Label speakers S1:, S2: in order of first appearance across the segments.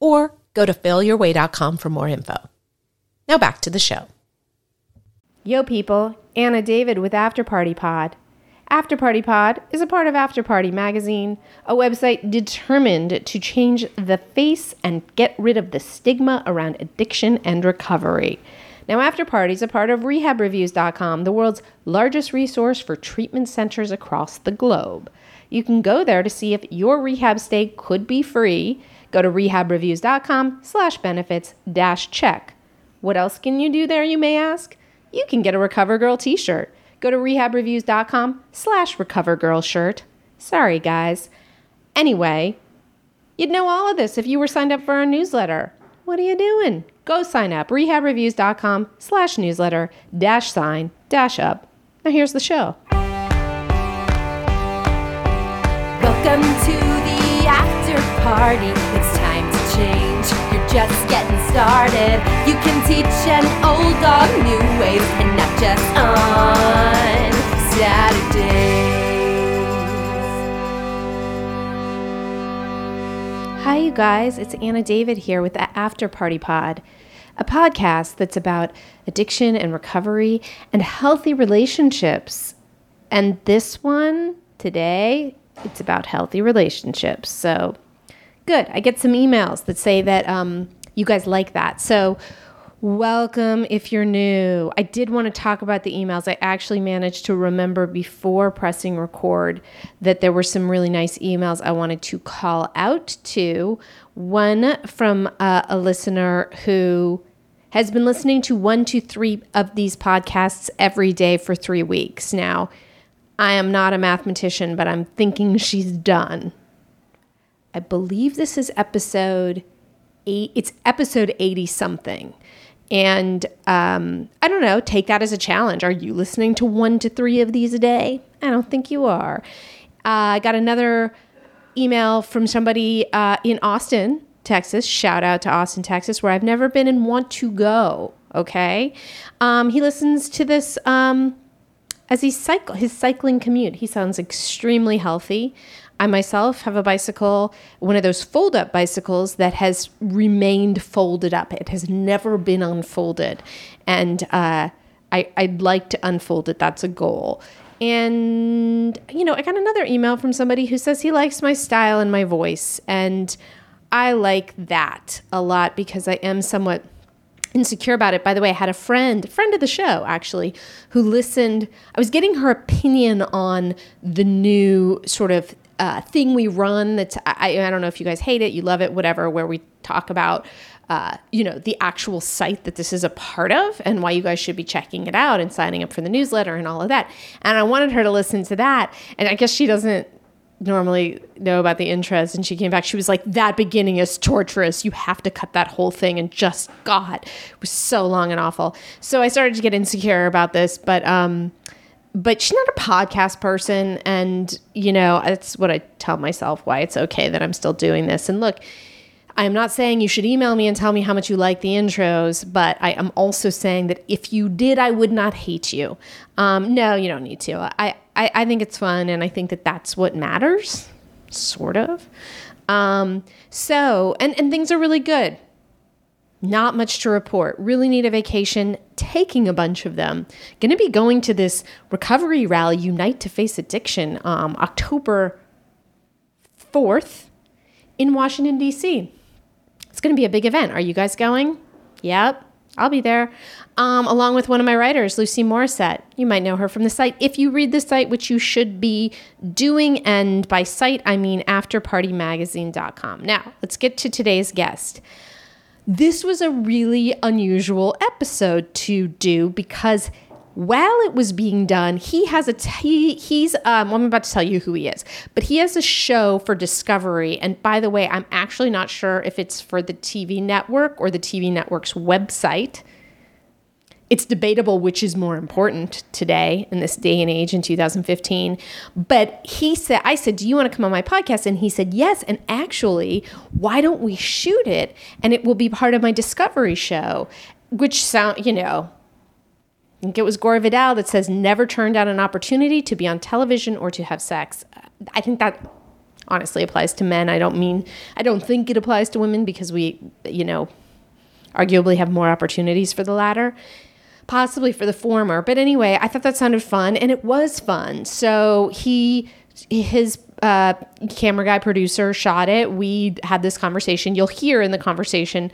S1: or go to failyourway.com for more info. Now back to the show.
S2: Yo, people, Anna David with After Party Pod. After Party Pod is a part of After Party Magazine, a website determined to change the face and get rid of the stigma around addiction and recovery. Now, After Party is a part of RehabReviews.com, the world's largest resource for treatment centers across the globe. You can go there to see if your rehab stay could be free. Go to RehabReviews.com slash benefits dash check. What else can you do there, you may ask? You can get a Recover Girl t-shirt. Go to rehabreviews.com slash recover girl shirt. Sorry, guys. Anyway, you'd know all of this if you were signed up for our newsletter. What are you doing? Go sign up. Rehabreviews.com slash newsletter dash sign dash up. Now here's the show.
S3: Welcome to the after party. It's time to change. You're just getting started. You can teach an old dog new ways and not just on Saturdays.
S2: Hi, you guys. It's Anna David here with the After Party Pod, a podcast that's about addiction and recovery and healthy relationships. And this one today, it's about healthy relationships. So good. I get some emails that say that um, you guys like that. So welcome if you're new. I did want to talk about the emails. I actually managed to remember before pressing record that there were some really nice emails I wanted to call out to. One from uh, a listener who has been listening to one to three of these podcasts every day for three weeks now. I am not a mathematician, but I'm thinking she's done. I believe this is episode eight. It's episode 80 something. And um, I don't know, take that as a challenge. Are you listening to one to three of these a day? I don't think you are. Uh, I got another email from somebody uh, in Austin, Texas. Shout out to Austin, Texas, where I've never been and want to go. Okay. Um, he listens to this. Um, as he cycle his cycling commute he sounds extremely healthy i myself have a bicycle one of those fold up bicycles that has remained folded up it has never been unfolded and uh, I, i'd like to unfold it that's a goal and you know i got another email from somebody who says he likes my style and my voice and i like that a lot because i am somewhat insecure about it. By the way, I had a friend, a friend of the show actually, who listened. I was getting her opinion on the new sort of uh, thing we run. That's I, I don't know if you guys hate it, you love it, whatever. Where we talk about. Uh, you know the actual site that this is a part of and why you guys should be checking it out and signing up for the newsletter and all of that and i wanted her to listen to that and i guess she doesn't normally know about the intros and she came back she was like that beginning is torturous you have to cut that whole thing and just god it was so long and awful so i started to get insecure about this but um but she's not a podcast person and you know that's what i tell myself why it's okay that i'm still doing this and look I'm not saying you should email me and tell me how much you like the intros, but I am also saying that if you did, I would not hate you. Um, no, you don't need to. I, I, I think it's fun, and I think that that's what matters, sort of. Um, so, and, and things are really good. Not much to report. Really need a vacation. Taking a bunch of them. Going to be going to this recovery rally, Unite to Face Addiction, um, October 4th in Washington, D.C. It's going to be a big event. Are you guys going? Yep, I'll be there. Um, along with one of my writers, Lucy Morissette. You might know her from the site. If you read the site, which you should be doing, and by site, I mean afterpartymagazine.com. Now, let's get to today's guest. This was a really unusual episode to do because While it was being done, he has a t- he, he's um, well, I'm about to tell you who he is, but he has a show for Discovery. And by the way, I'm actually not sure if it's for the TV network or the TV network's website. It's debatable which is more important today in this day and age in 2015. But he said, I said, Do you want to come on my podcast? And he said, Yes. And actually, why don't we shoot it? And it will be part of my Discovery show, which sound, you know, I think it was Gore Vidal that says, Never turn down an opportunity to be on television or to have sex. Uh, I think that honestly applies to men. I don't mean, I don't think it applies to women because we, you know, arguably have more opportunities for the latter, possibly for the former. But anyway, I thought that sounded fun, and it was fun. So he, his uh, camera guy producer shot it. We had this conversation. You'll hear in the conversation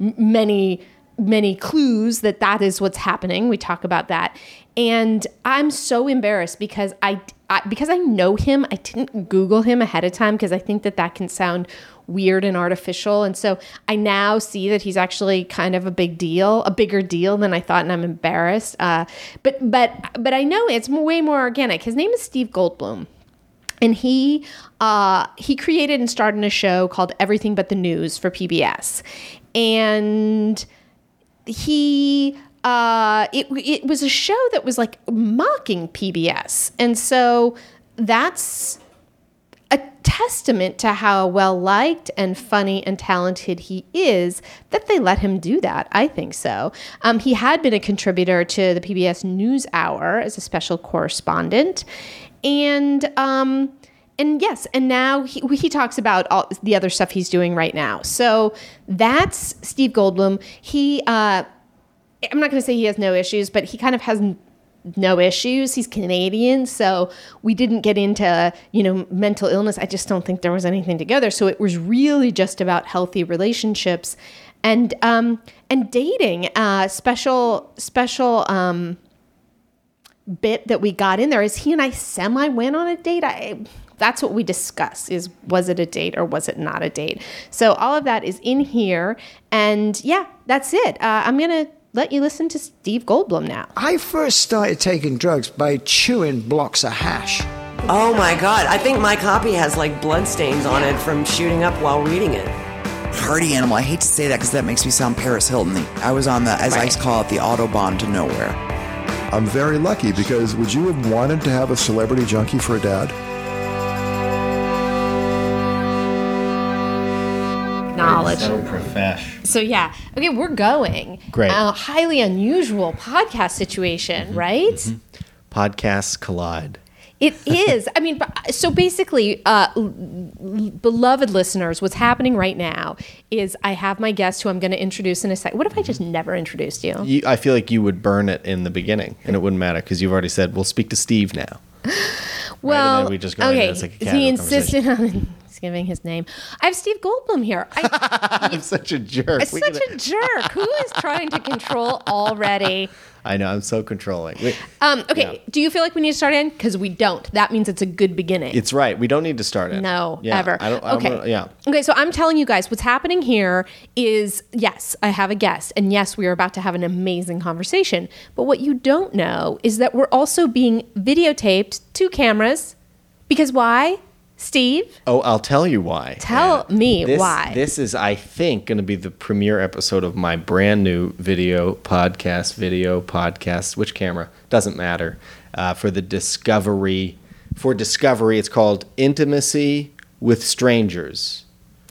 S2: m- many many clues that that is what's happening. We talk about that, and I'm so embarrassed because I. I, because I know him, I didn't Google him ahead of time because I think that that can sound weird and artificial. And so I now see that he's actually kind of a big deal, a bigger deal than I thought, and I'm embarrassed. Uh, but but but I know it's way more organic. His name is Steve Goldblum and he uh, he created and starred in a show called Everything But the News for PBS, and he uh, it it was a show that was like mocking PBS, and so that's a testament to how well liked and funny and talented he is that they let him do that. I think so. Um, he had been a contributor to the PBS NewsHour as a special correspondent, and um, and yes, and now he, he talks about all the other stuff he's doing right now. So that's Steve Goldblum. He. Uh, I'm not going to say he has no issues, but he kind of has n- no issues. He's Canadian, so we didn't get into, you know, mental illness. I just don't think there was anything together. So it was really just about healthy relationships and um and dating. Uh special special um bit that we got in there is he and I semi went on a date. I that's what we discuss is was it a date or was it not a date? So all of that is in here, and yeah, that's it. Uh, I'm gonna let you listen to Steve Goldblum now.
S4: I first started taking drugs by chewing blocks of hash.
S5: Oh my god, I think my copy has like bloodstains on it from shooting up while reading it.
S6: Party animal. I hate to say that because that makes me sound Paris Hilton. I was on the, as I call it, the autobahn to nowhere.
S7: I'm very lucky because would you have wanted to have a celebrity junkie for a dad?
S2: Knowledge.
S8: So profesh.
S2: So yeah, okay, we're going.
S8: Great.
S2: Uh, highly unusual podcast situation, right?
S8: Podcasts collide.
S2: It is. I mean, but- so basically, uh, l- l- beloved listeners, what's happening right now is I have my guest who I'm going to introduce in a sec. What if I just never introduced you?
S8: You, I feel like you would burn it in the beginning, and it wouldn't matter because you've already said, "We'll speak to Steve now."
S2: Well,
S8: we just go into it, it's like a casual
S2: he insisted on giving his name. I have Steve Goldblum here. I,
S8: I'm such a jerk.
S2: it's
S8: We
S2: such
S8: gotta-
S2: a jerk. Who is trying to control already?
S8: I know. I'm so controlling. We-
S2: Um, okay, do you feel like we need to start in? Because we don't. That means it's a good beginning.
S8: it's right. We don't need to start it.
S2: No,
S8: Yeah,
S2: ever.
S8: I don't. I don't
S2: okay.
S8: wanna- yeah.
S2: Okay, so I'm telling you guys what's happening here is yes, I have a guest, and yes, we are about to have an amazing conversation. But what you don't know is that we're also being videotaped two cameras because why? Steve,
S8: Oh, I'll tell you why.
S2: Tell me
S8: this,
S2: why.
S8: This is, I think, going to be the premiere episode of my brand new video podcast, video podcast, which camera doesn't matter. Uh, for the discovery, for discovery, it's called Intimacy with Strangers.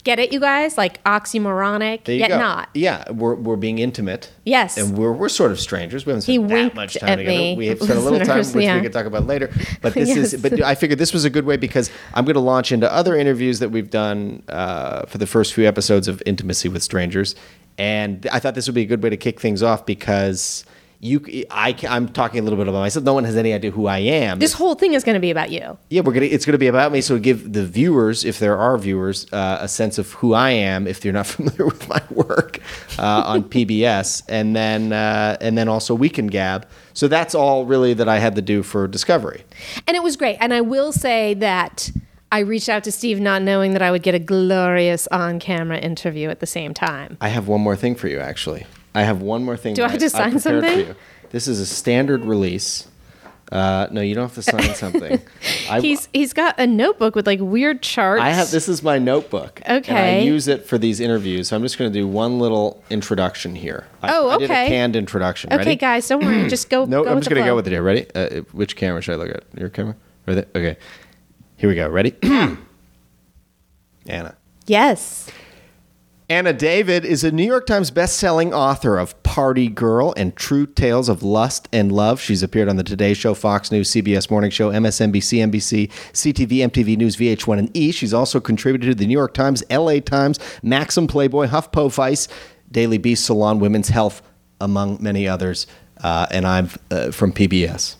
S2: get it, you guys? Like oxymoronic,
S8: There you
S2: yet
S8: go.
S2: not.
S8: Yeah, we're, we're being intimate.
S2: Yes.
S8: And we're, we're sort of strangers. We haven't
S2: He
S8: spent that
S2: winked
S8: much
S2: at
S8: time together.
S2: me,
S8: We have spent a little time,
S2: listeners,
S8: which
S2: yeah.
S8: we could talk about later. But this
S2: Yes.
S8: is. But I figured this was a good way because I'm going to launch into other interviews that we've done uh, for the first few episodes of Intimacy with Strangers, and I thought this would be a good way to kick things off because. You, I, I'm talking a little bit about myself. No one has any idea who I am.
S2: This whole thing is going to be about you.
S8: Yeah, we're gonna. It's gonna be about me. So give the viewers, if there are viewers, uh, a sense of who I am if they're not familiar with my work uh, on PBS, and then uh, and then also Weekend Gab. So that's all really that I had to do for Discovery.
S2: And it was great. And I will say that I reached out to Steve not knowing that I would get a glorious on camera interview at the same time.
S8: I have one more thing for you, actually. I have one more thing.
S2: Do I
S8: that
S2: have to sign
S8: prepared for
S2: something?
S8: you. This is a standard release. Uh, no, you don't have to sign something. I,
S2: He's he's got a notebook with like weird charts.
S8: I have this is my notebook. And I
S2: Okay.
S8: use it for these interviews. So I'm just going to do one little introduction here. I,
S2: Oh,
S8: I did a
S2: okay.
S8: canned introduction.
S2: Okay,
S8: Ready?
S2: guys, don't worry. Just go.
S8: No,
S2: go
S8: I'm
S2: with
S8: just
S2: the
S8: going to
S2: flow.
S8: go with it here. Ready? Uh, which camera should I look at? Your camera? Or the- okay. Here we go. Ready? Anna.
S2: Yes.
S8: Anna David is a New York Times best-selling author of Party Girl and True Tales of Lust and Love. She's appeared on the Today Show, Fox News, CBS Morning Show, MSNBC, NBC, CTV, MTV News, VH1, and E. She's also contributed to the New York Times, LA Times, Maxim, Playboy, HuffPo, Vice, Daily Beast, Salon, Women's Health, among many others. Uh, and I'm uh, from PBS.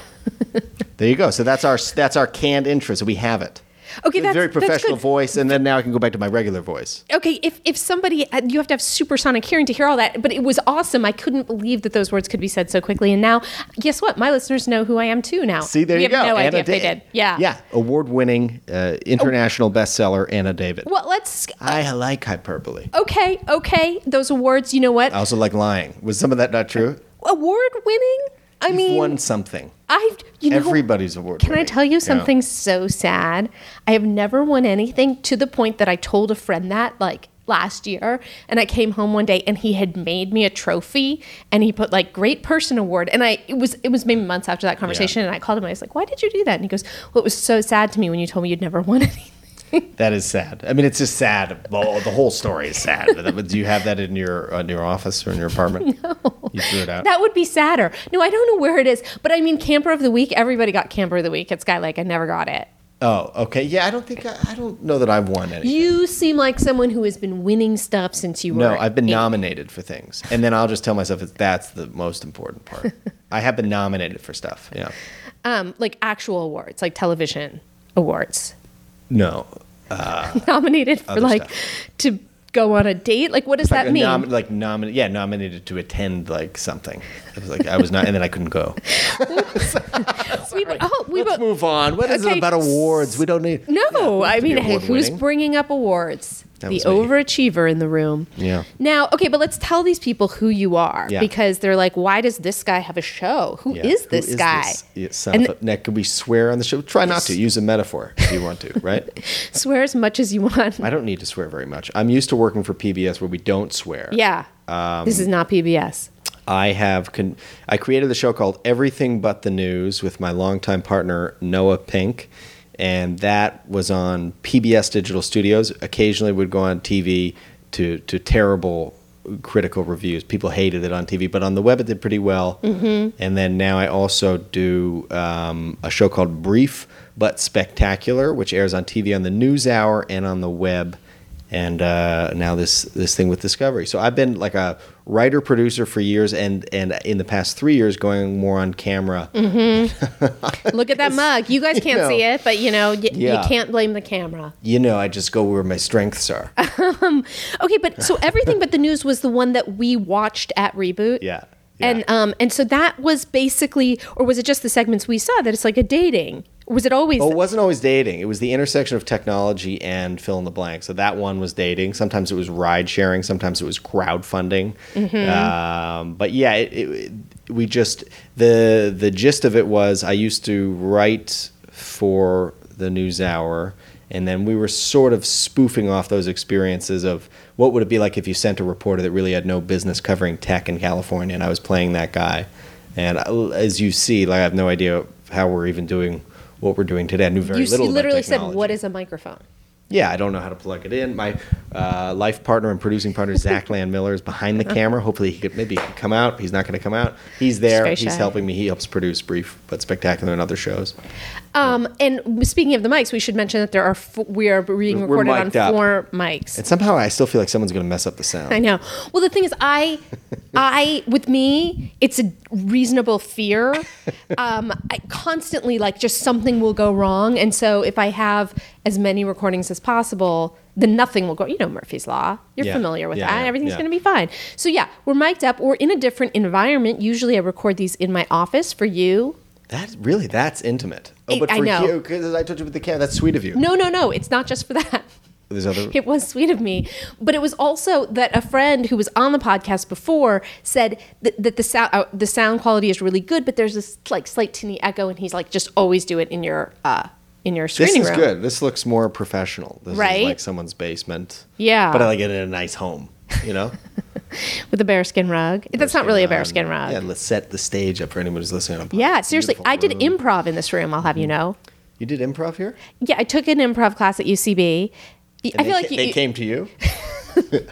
S8: there you go. So that's our that's our canned intro. So we have it.
S2: Okay, that's-
S8: very
S2: that's good.
S8: professional voice, and then now I can go back to my regular voice.
S2: Okay, if if somebody uh, you have to have supersonic hearing to hear all that, but it was awesome. I couldn't believe that those words could be said so quickly. And now, guess what? My listeners know who I am too. Now,
S8: See, there
S2: we
S8: you go.
S2: have No
S8: Anna
S2: idea if they
S8: Da-
S2: did. Yeah.
S8: Yeah. Award winning uh, international bestseller, Anna David.
S2: Well, let's.
S8: I like hyperbole.
S2: Okay, okay. Those awards. You know what?
S8: I also like lying. Was some of that not true?
S2: Award winning. I
S8: You've
S2: mean,
S8: won something.
S2: I've you know
S8: Everybody's award
S2: Can I
S8: winning,
S2: tell
S8: you know?
S2: you something so sad? I have never won anything to the point that I told a friend that like last year and I came home one day and he had made me a trophy and he put like great person award and I it was it was maybe months after that conversation and I called him I was like why did you do that and he goes well it was so sad to me when you told me you'd never won anything
S8: That is sad. I mean, it's just sad. Well, the whole story is sad. But Do you have that in your in your office or in your apartment? No. You threw it out.
S2: that would be sadder no I don't know where it is but I mean camper of the week everybody got camper of the week at Skylake I never got it
S8: oh, okay. Yeah, I don't think I, I don't know that I've won any.
S2: you seem like someone who has been winning stuff since you were
S8: No, I've been
S2: eight.
S8: nominated for things, and then I'll just tell myself that that's the most important part. I have been nominated for stuff. Yeah.
S2: um, like actual awards, like television awards,
S8: No.
S2: nominated for
S8: Other
S2: like to go on a date. Like, what does that
S8: like
S2: mean?
S8: a nom- like nominated, yeah, nominated to attend like something. It was like I was not, and then I couldn't go.
S2: we, oh, we
S8: Let's
S2: bo-
S8: move on. What is
S2: Okay.
S8: it about awards? We don't need.
S2: No,
S8: Yeah,
S2: I
S8: to be
S2: mean, hey, who's
S8: award-winning.
S2: bringing up awards?
S8: That
S2: the
S8: was me.
S2: overachiever in the room.
S8: Yeah.
S2: Now, okay, but let's tell these people who you are
S8: Yeah.
S2: because they're like, why does this guy have a show? Who is
S8: Yeah. Who
S2: this guy?
S8: this? Yeah, son
S2: and
S8: of a- Nick, can we swear on the show? Try not to use a metaphor if you want to, right?
S2: swear as much as you want.
S8: I don't need to swear very much. I'm used to working for PBS where we don't swear.
S2: Yeah.
S8: Um,
S2: this is not PBS.
S8: I have con- I created the show called Everything But the News with my longtime partner Noah Pink, and that was on PBS Digital Studios. Occasionally, would go on TV to to terrible critical reviews. People hated it on TV, but on the web it did pretty well. Mm-hmm. And then now I also do um, a show called Brief But Spectacular, which airs on TV on the News Hour and on the web and uh, now this this thing with Discovery. So I've been like a writer producer for years, and and in the past three years, going more on camera.
S2: Look at that mug. You guys can't
S8: know.
S2: see it, but you know, y-
S8: Yeah.
S2: you can't blame the camera.
S8: You know, I just go where my strengths are.
S2: Okay, but so everything but the news was the one that we watched at reboot.
S8: Yeah,
S2: And
S8: yeah.
S2: um and so that was basically or was it just the segments we saw that it's like a dating? Was it always
S8: Oh, it wasn't always dating. It was the intersection of technology and fill in the blank. So that one was dating. Sometimes it was ride sharing. Sometimes it was crowdfunding. Um, but yeah, it, it, we just the the gist of it was I used to write for the NewsHour, and then we were sort of spoofing off those experiences of what would it be like if you sent a reporter that really had no business covering tech in California, and I was playing that guy. And I, as you see, like I have no idea how we're even doing what we're doing today. I knew very
S2: you s-
S8: little.
S2: you
S8: about
S2: literally said
S8: technology.
S2: what is a microphone?
S8: Yeah, I don't know how to plug it in. My uh, life partner and producing partner Zach Land Miller is behind
S2: Uh-huh.
S8: the camera. Hopefully, he could maybe he could come out. He's not going to come out. He's there.
S2: very
S8: He's,
S2: shy.
S8: helping me. He helps produce Brief but Spectacular and other shows.
S2: Um and speaking of the mics, we should mention that there are f- we are being
S8: We're
S2: recorded on
S8: mic'd up.
S2: four mics.
S8: And somehow, I still feel like someone's going to mess up the sound.
S2: I know. Well, the thing is, I, I with me, it's a reasonable fear. Um, I constantly like just something will go wrong, and so if I have as many recordings as possible, then nothing will go. You know Murphy's Law. You're
S8: Yeah.
S2: familiar with
S8: Yeah,
S2: that.
S8: yeah,
S2: Everything's
S8: yeah.
S2: going to be fine. So yeah, we're mic'd up. We're in a different environment. Usually, I record these in my office for you.
S8: That really, that's intimate. Oh,
S2: I- I know.
S8: you, because I told you with the camera, that's sweet of you.
S2: No, no, no. It's not just for that.
S8: There's other.
S2: it was sweet of me but it was also that a friend who was on the podcast before said that, that the sound uh, the sound quality is really good but there's this like slight tinny echo and he's like just always do it in your uh in your
S8: This
S2: screening
S8: is
S2: room
S8: good. This looks more professional. This
S2: Right?
S8: is like someone's basement.
S2: Yeah.
S8: But I like it in a nice home, you know?
S2: with a bearskin rug that's not really a bearskin rug
S8: Yeah,
S2: yeah,
S8: let's set the stage up for anyone who's listening on a podcast.
S2: seriously
S8: Beautiful Mm-hmm.
S2: i did
S8: room.
S2: improv in this room i'll have you know
S8: You did improv here?
S2: yeah i took an improv class at ucb i feel
S8: And they
S2: like
S8: ca-
S2: you,
S8: they
S2: you-
S8: came to you.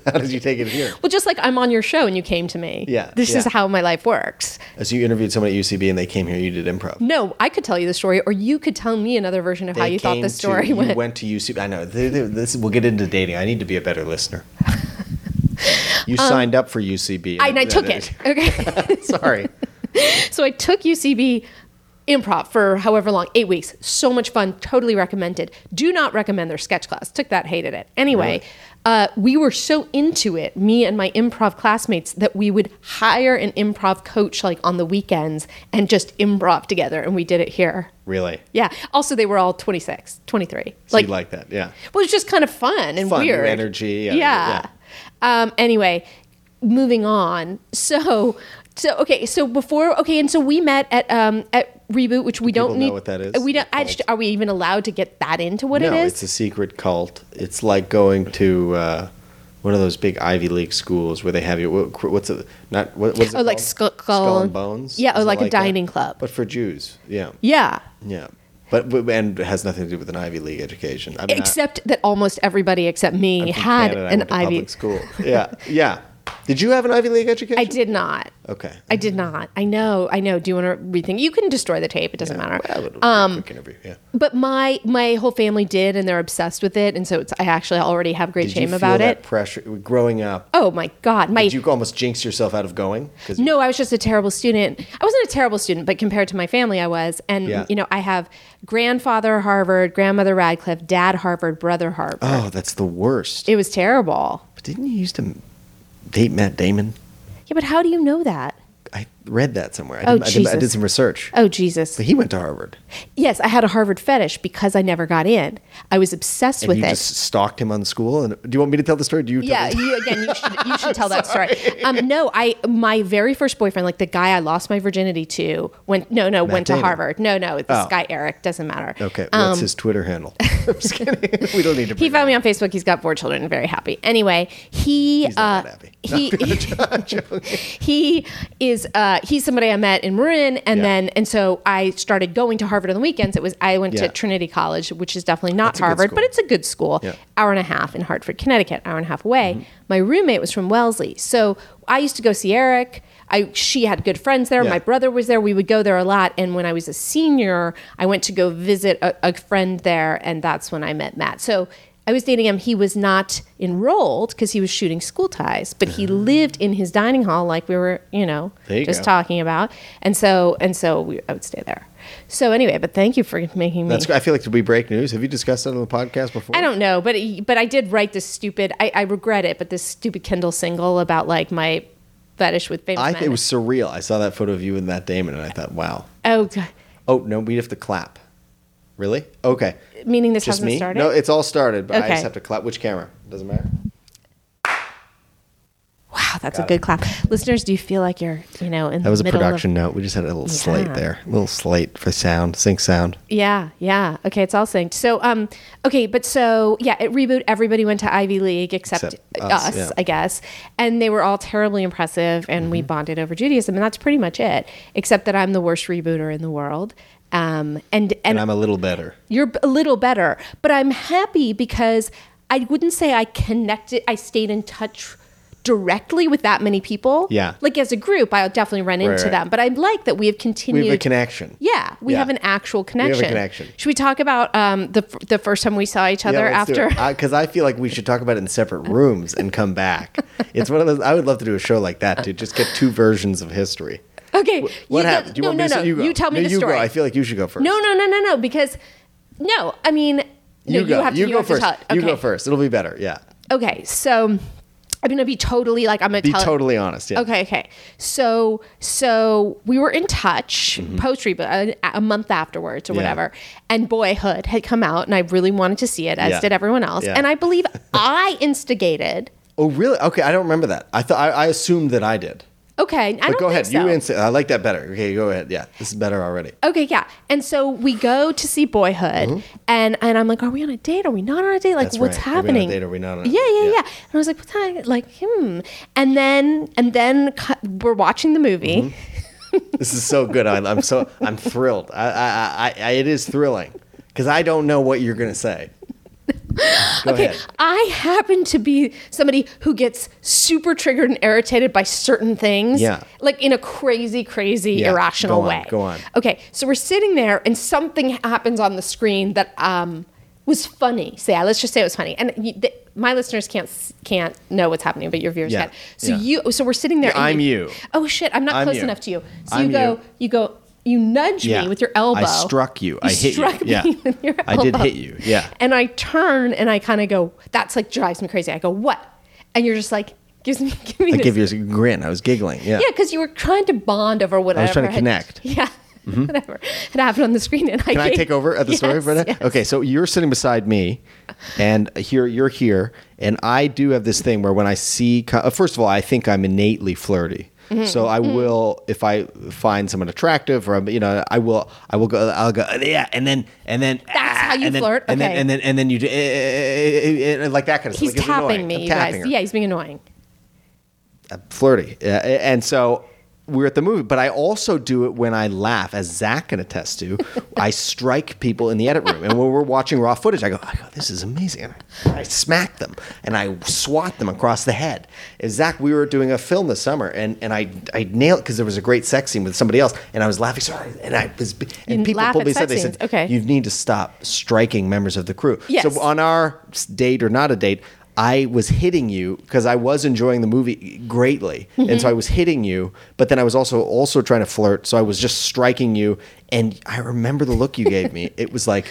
S8: how did you take it here?
S2: well just like i'm on your show and you came to me
S8: Yeah,
S2: this is
S8: yeah.
S2: how my life works
S8: As you interviewed someone at UCB and they came here, you did improv.
S2: no i could tell you the story or you could tell me another version of how
S8: They
S2: you thought
S8: came
S2: the
S8: to-
S2: story
S8: you
S2: went
S8: went to UCB. I know. They- they- this, we'll get into dating. I need to be a better listener. You signed up for UCB.
S2: Um, I, and I
S8: that
S2: took
S8: is-
S2: it. Okay.
S8: Sorry.
S2: so I took UCB improv for however long, eight weeks. So much fun. Totally recommended. Do not recommend their sketch class. Took that, hated it. Anyway, uh, we were so into it, me and my improv classmates, that we would hire an improv coach like on the weekends and just improv together. And we did it here.
S8: Really?
S2: Yeah. Also, they were all 26, 23.
S8: So you like that? Yeah.
S2: Well, it's just kind of fun and
S8: Fun, new
S2: weird
S8: energy,
S2: Yeah.
S8: yeah, yeah.
S2: Um, anyway, moving on. So, so okay. So before, okay, and so we met at um, at reboot, which we don't
S8: people know
S2: need.
S8: what that is?
S2: We don't.
S8: The
S2: I
S8: cult?
S2: just, are we even allowed to get that into what
S8: no,
S2: it is?
S8: it's a secret cult. It's like going to uh, one of those big Ivy League schools where they have you. what- What's it? Not what, what's it
S2: Oh, like
S8: called?
S2: Skull-
S8: and Bones.
S2: Yeah, or
S8: Is it
S2: like a
S8: that?
S2: dining club.
S8: but for Jews. Yeah,
S2: yeah.
S8: yeah. But, but and it has nothing to do with an Ivy League education. I mean, I-
S2: Except that almost everybody except me
S8: from
S2: had
S8: Canada, I
S2: an
S8: went to
S2: Ivy.
S8: public school. Yeah, yeah. Did you have an Ivy League education?
S2: I did not.
S8: Okay.
S2: I did not. I know. I know. Do you want to rethink? You can destroy the tape. It doesn't matter. Um,
S8: Well, it would be a quick interview. Yeah.
S2: But my my whole family did, and they're obsessed with it, and so it's, I actually already have great
S8: Did you
S2: shame
S8: feel
S2: about
S8: that
S2: it.
S8: pressure growing up?
S2: Oh my god, my
S8: Did you almost jinx yourself out of going? 'Cause you-
S2: no, I was just a terrible student. I wasn't a terrible student, but compared to my family, I was. And
S8: Yeah.
S2: you know, I have grandfather Harvard, grandmother Radcliffe, dad Harvard, brother Harvard.
S8: Oh, that's the worst.
S2: It was terrible.
S8: But didn't you used to date Matt Damon?
S2: Yeah, but how do you know that?
S8: I read that somewhere. I,
S2: Oh,
S8: did, I, did, I did
S2: Jesus.
S8: some research.
S2: Oh Jesus!
S8: But he went to Harvard.
S2: Yes, I had a Harvard fetish because I never got in. I was obsessed
S8: And
S2: with
S8: you
S2: it.
S8: just stalked him on school. And do you want me to tell the story? Do you? Tell
S2: yeah,
S8: the story?
S2: you again. You should you should tell that story. Um, no, I my very first boyfriend, like the guy I lost my virginity to, went no no went to
S8: Damon.
S2: Harvard. No no, this
S8: Oh.
S2: guy Eric doesn't matter.
S8: Okay.
S2: Um,
S8: What's his Twitter handle? I'm just kidding. We don't need
S2: he
S8: to. bring
S2: found me
S8: that
S2: on Facebook. He's got four children. Very happy. Anyway, he
S8: He's not
S2: uh,
S8: that happy.
S2: he he is uh, he's somebody I met in Marin, and
S8: Yeah.
S2: then and so I started going to Harvard on the weekends. It was I went
S8: Yeah.
S2: to Trinity College, which is definitely not
S8: a good
S2: Harvard, but
S8: school.
S2: it's a good school.
S8: Yeah. Mm-hmm.
S2: Hour and a half in Hartford, Connecticut. Hour and a half away. My roommate was from Wellesley, so I used to go see Eric. I, she had good friends there.
S8: Yeah.
S2: My brother was there. We would go there a lot. And when I was a senior, I went to go visit a, a friend there, and that's when I met Matt. So I was dating him. He was not enrolled because he was shooting school ties, but he lived in his dining hall, like we were, you know,
S8: Ah. There you
S2: just
S8: go.
S2: talking about. And so, and so we, I would stay there. So anyway, but thank you for making me.
S8: That's. great. I feel like did we break news? Have you discussed that on the podcast before?
S2: I don't know, but but I did write this stupid. I, I regret it, but this stupid Kindle single about like my fetish with famous
S8: I
S2: men.
S8: it was surreal. I saw that photo of you and Matt Damon, and I thought, wow.
S2: oh, God.
S8: Oh no, we have to clap. Really? Okay.
S2: meaning this
S8: Just
S2: hasn't
S8: me?
S2: started.
S8: No, it's all started, but I
S2: Okay.
S8: just have to clap. Which camera? Doesn't matter.
S2: Wow, Oh, that's a good clap. Listeners, do you feel like you're, you know, in
S8: That was
S2: the
S8: a
S2: middle
S8: production
S2: Of,
S8: note. We just had a little slate
S2: Yeah.
S8: there, a little slate for sound, sync sound.
S2: yeah, yeah. Okay, it's all synced. So, um, okay, but so yeah, at reboot, everybody went to Ivy League except,
S8: Except
S2: us,
S8: us, yeah. Mm-hmm.
S2: I guess, and they were all terribly impressive, and we bonded over Judaism, and that's pretty much it. Except that I'm the worst rebooter in the world. Um, and and,
S8: And I'm a little better.
S2: you're b- a little better but i'm happy because i wouldn't say i connected i stayed in touch directly with that many people
S8: Yeah.
S2: like as a group i'll definitely run into
S8: right.
S2: them but i like that we have continued
S8: We have a connection.
S2: yeah we
S8: Yeah.
S2: have an actual
S8: have a
S2: connection
S8: connection.
S2: should we talk about um the, f- the first time we saw each other after
S8: Because I, feel like we should talk about it in separate rooms and come back. It's one of those. I would love to do a show like that to just get two versions of history.
S2: okay
S8: What
S2: you go-
S8: happened? Do you
S2: no
S8: want
S2: no
S8: me to
S2: no
S8: say- you go.
S2: tell me
S8: No,
S2: the
S8: you
S2: story
S8: Go. I feel like you should go first.
S2: no no no no no because no i mean no,
S8: you go.
S2: have to,
S8: you go
S2: have to
S8: first.
S2: tell it.
S8: You go
S2: Okay.
S8: first. It'll be better. Yeah.
S2: Okay, so I'm gonna be totally like I'm gonna
S8: Be
S2: tell
S8: totally honest. Yeah.
S2: Okay, okay. So, so we were in touch post reboot a, a month afterwards or
S8: Mm-hmm. Yeah.
S2: whatever, and Boyhood had come out, and I really wanted to see it, as
S8: Yeah.
S2: did everyone else.
S8: Yeah.
S2: And I believe I instigated.
S8: Oh, really? Okay, I don't remember that. I thought I, I assumed that I did.
S2: Okay, I
S8: But
S2: don't
S8: go
S2: think
S8: ahead.
S2: So.
S8: You answer. I like that better. Okay, go ahead. Yeah, this is better already.
S2: Okay, yeah. And so we go to see Boyhood, and and I'm like, are we on a date? Are we not on a date? Like,
S8: Mm-hmm. That's
S2: what's
S8: right. Are we on a
S2: happening?
S8: date? Are we not on a-
S2: yeah, yeah,
S8: yeah.
S2: yeah. And I was like, what's happening? Like, hmm. And then and then cu- we're watching the movie.
S8: Mm-hmm. This is so good. I, I'm so I'm thrilled. I, I, I, I it is thrilling because I don't know what you're gonna say. Go
S2: Okay,
S8: ahead.
S2: I happen to be somebody who gets super triggered and irritated by certain things.
S8: Yeah.
S2: Like in a crazy, crazy,
S8: Yeah,
S2: irrational
S8: go on,
S2: way.
S8: go on.
S2: Okay, so we're sitting there and something happens on the screen that um, was funny. So yeah, let's just say it was funny. And y the, my listeners can't s- can't know what's happening, but your viewers
S8: Yeah,
S2: can. So
S8: yeah.
S2: you, so we're sitting there.
S8: Yeah,
S2: and
S8: I'm you.
S2: Oh shit, I'm not
S8: I'm
S2: close
S8: you.
S2: enough to you. So
S8: I'm
S2: you go, you.
S8: you.
S2: go, you nudge
S8: Yeah.
S2: me with your elbow.
S8: I struck you. I hit
S2: struck
S8: you. Yeah.
S2: me with your
S8: I
S2: elbow.
S8: did hit you. Yeah.
S2: And I turn and I kind of go, that's like drives me crazy. I go, what? And you're just like, gives me, give me
S8: I
S2: this-
S8: give you a grin. I was giggling. Yeah.
S2: Yeah, because you were trying to bond over whatever.
S8: trying to
S2: had-
S8: connect. Mm-hmm.
S2: yeah. Whatever. It happened on the screen. And I
S8: Can I
S2: gave-
S8: take over at the
S2: yes,
S8: story for a minute?
S2: yes.
S8: Okay, so you're sitting beside me, and here you're here, and I do have this thing where when I see, co- uh, first of all, I think I'm innately flirty.
S2: Mm-hmm,
S8: So I will, if I find someone attractive, or I'm, you know, I will, I will go, I'll go, "Uh, yeah, and then, and then that's
S2: how you
S8: and then,
S2: flirt?
S8: and then,
S2: Okay.
S8: and then, and then you do, eh, eh, eh, eh, eh, like that kind of
S2: He's
S8: stuff. Like, it's
S2: tapping
S8: annoying.
S2: me,
S8: I'm
S2: you
S8: tapping
S2: guys.
S8: her
S2: Yeah, he's being annoying.
S8: flirty. Uh, and so we're at the movie, but I also do it when I laugh, as Zach can attest to. I strike people in the edit room, and when we're watching raw footage, I go, I go "This is amazing!" And I, I smack them and I swat them across the head. And Zach, we were doing a film this summer, and, and I I nailed because there was a great sex scene with somebody else, and I was laughing so hard, and I was and
S2: You
S8: people
S2: laugh
S8: pulled
S2: at
S8: me aside.
S2: sex
S8: They said,
S2: scenes, okay.
S8: you need to stop striking members of the crew."
S2: Yes.
S8: So on our s- date or not a date, I was hitting you because I was enjoying the movie greatly,
S2: Mm-hmm.
S8: and so I was hitting you. But then I was also also trying to flirt, so I was just striking you. And I remember the look you gave me. It was like,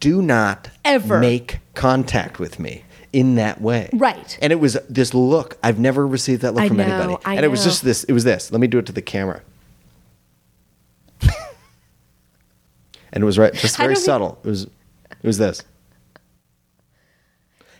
S8: "Do not
S2: Ever.
S8: make contact with me." In that way,
S2: Right.
S8: And it was this look. I've never received that look
S2: I
S8: from
S2: know,
S8: anybody,
S2: I
S8: and it was
S2: know.
S8: just this. It was this. Let me do it to the camera, and it was right, just
S2: I
S8: very
S2: don't think-
S8: subtle. It was, it was this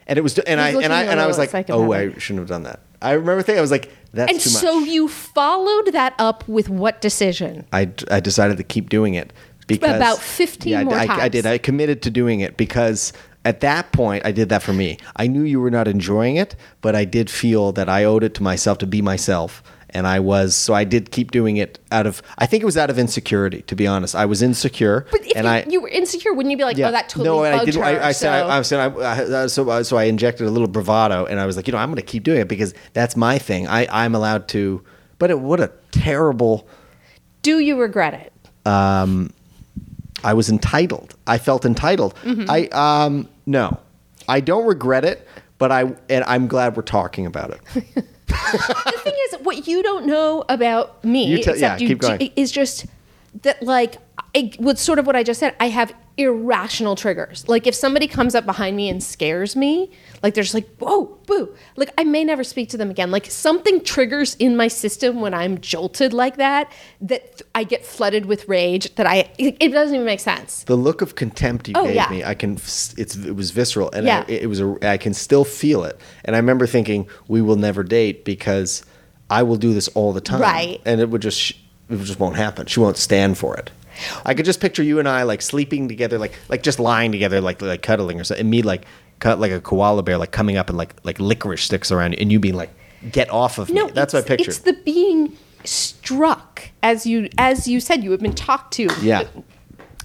S8: and it was and I
S2: looking
S8: and I
S2: at
S8: and I
S2: all
S8: was
S2: that's
S8: like,
S2: like
S8: oh,
S2: about
S8: I shouldn't have done that. I remember thinking, I was like, that's
S2: and
S8: too much.
S2: so you followed that up with what decision?
S8: I, I decided to keep doing it because
S2: About 15
S8: yeah, I-
S2: more
S8: I, I did.
S2: times.
S8: I committed to doing it because at that point I did that for me. I knew you were not enjoying it, but I did feel that I owed it to myself to be myself. And I was so I did keep doing it out of I think it was out of insecurity to be honest I was insecure
S2: But if
S8: and
S2: you,
S8: I
S2: you were insecure, wouldn't you be like, oh, that totally
S8: and
S2: bugged her?
S8: I, I said,
S2: so-
S8: I, I said, I, I, so, I- so I injected a little bravado, and I was like, you know, I'm going to keep doing it because that's my thing. I, I'm allowed to. But it, what a terrible.
S2: do you regret it?
S8: I was entitled. I felt entitled.
S2: Mm-hmm.
S8: I um no, I don't regret it, but I and I'm glad we're talking about it.
S2: thing is, what you don't know about me,
S8: You tell-
S2: except
S8: yeah,
S2: you
S8: keep going.
S2: do- is just that, like, it was sort of what I just said. I have irrational triggers. Like, if somebody comes up behind me and scares me, like, they're just like, whoa, boo. Like, I may never speak to them again. Like, something triggers in my system when I'm jolted like that, that th- I get flooded with rage, that I, it it doesn't even make sense.
S8: The look of contempt you
S2: Oh,
S8: gave
S2: yeah.
S8: me, I can. f- It's it was visceral, and
S2: Yeah.
S8: I, it was. A, I can still feel it, and I remember thinking, we will never date because I will do this all the time,
S2: Right.
S8: And it would just. It just won't happen. She won't stand for it. I could just picture you and I like sleeping together, like like just lying together, like like cuddling or something, and me like cut like a koala bear, like coming up and like like licorice sticks around you, and you being like, "Get off of me." That's
S2: it's-
S8: what I pictured.
S2: It's the being struck, as you as you said, you have been talked to.
S8: Yeah.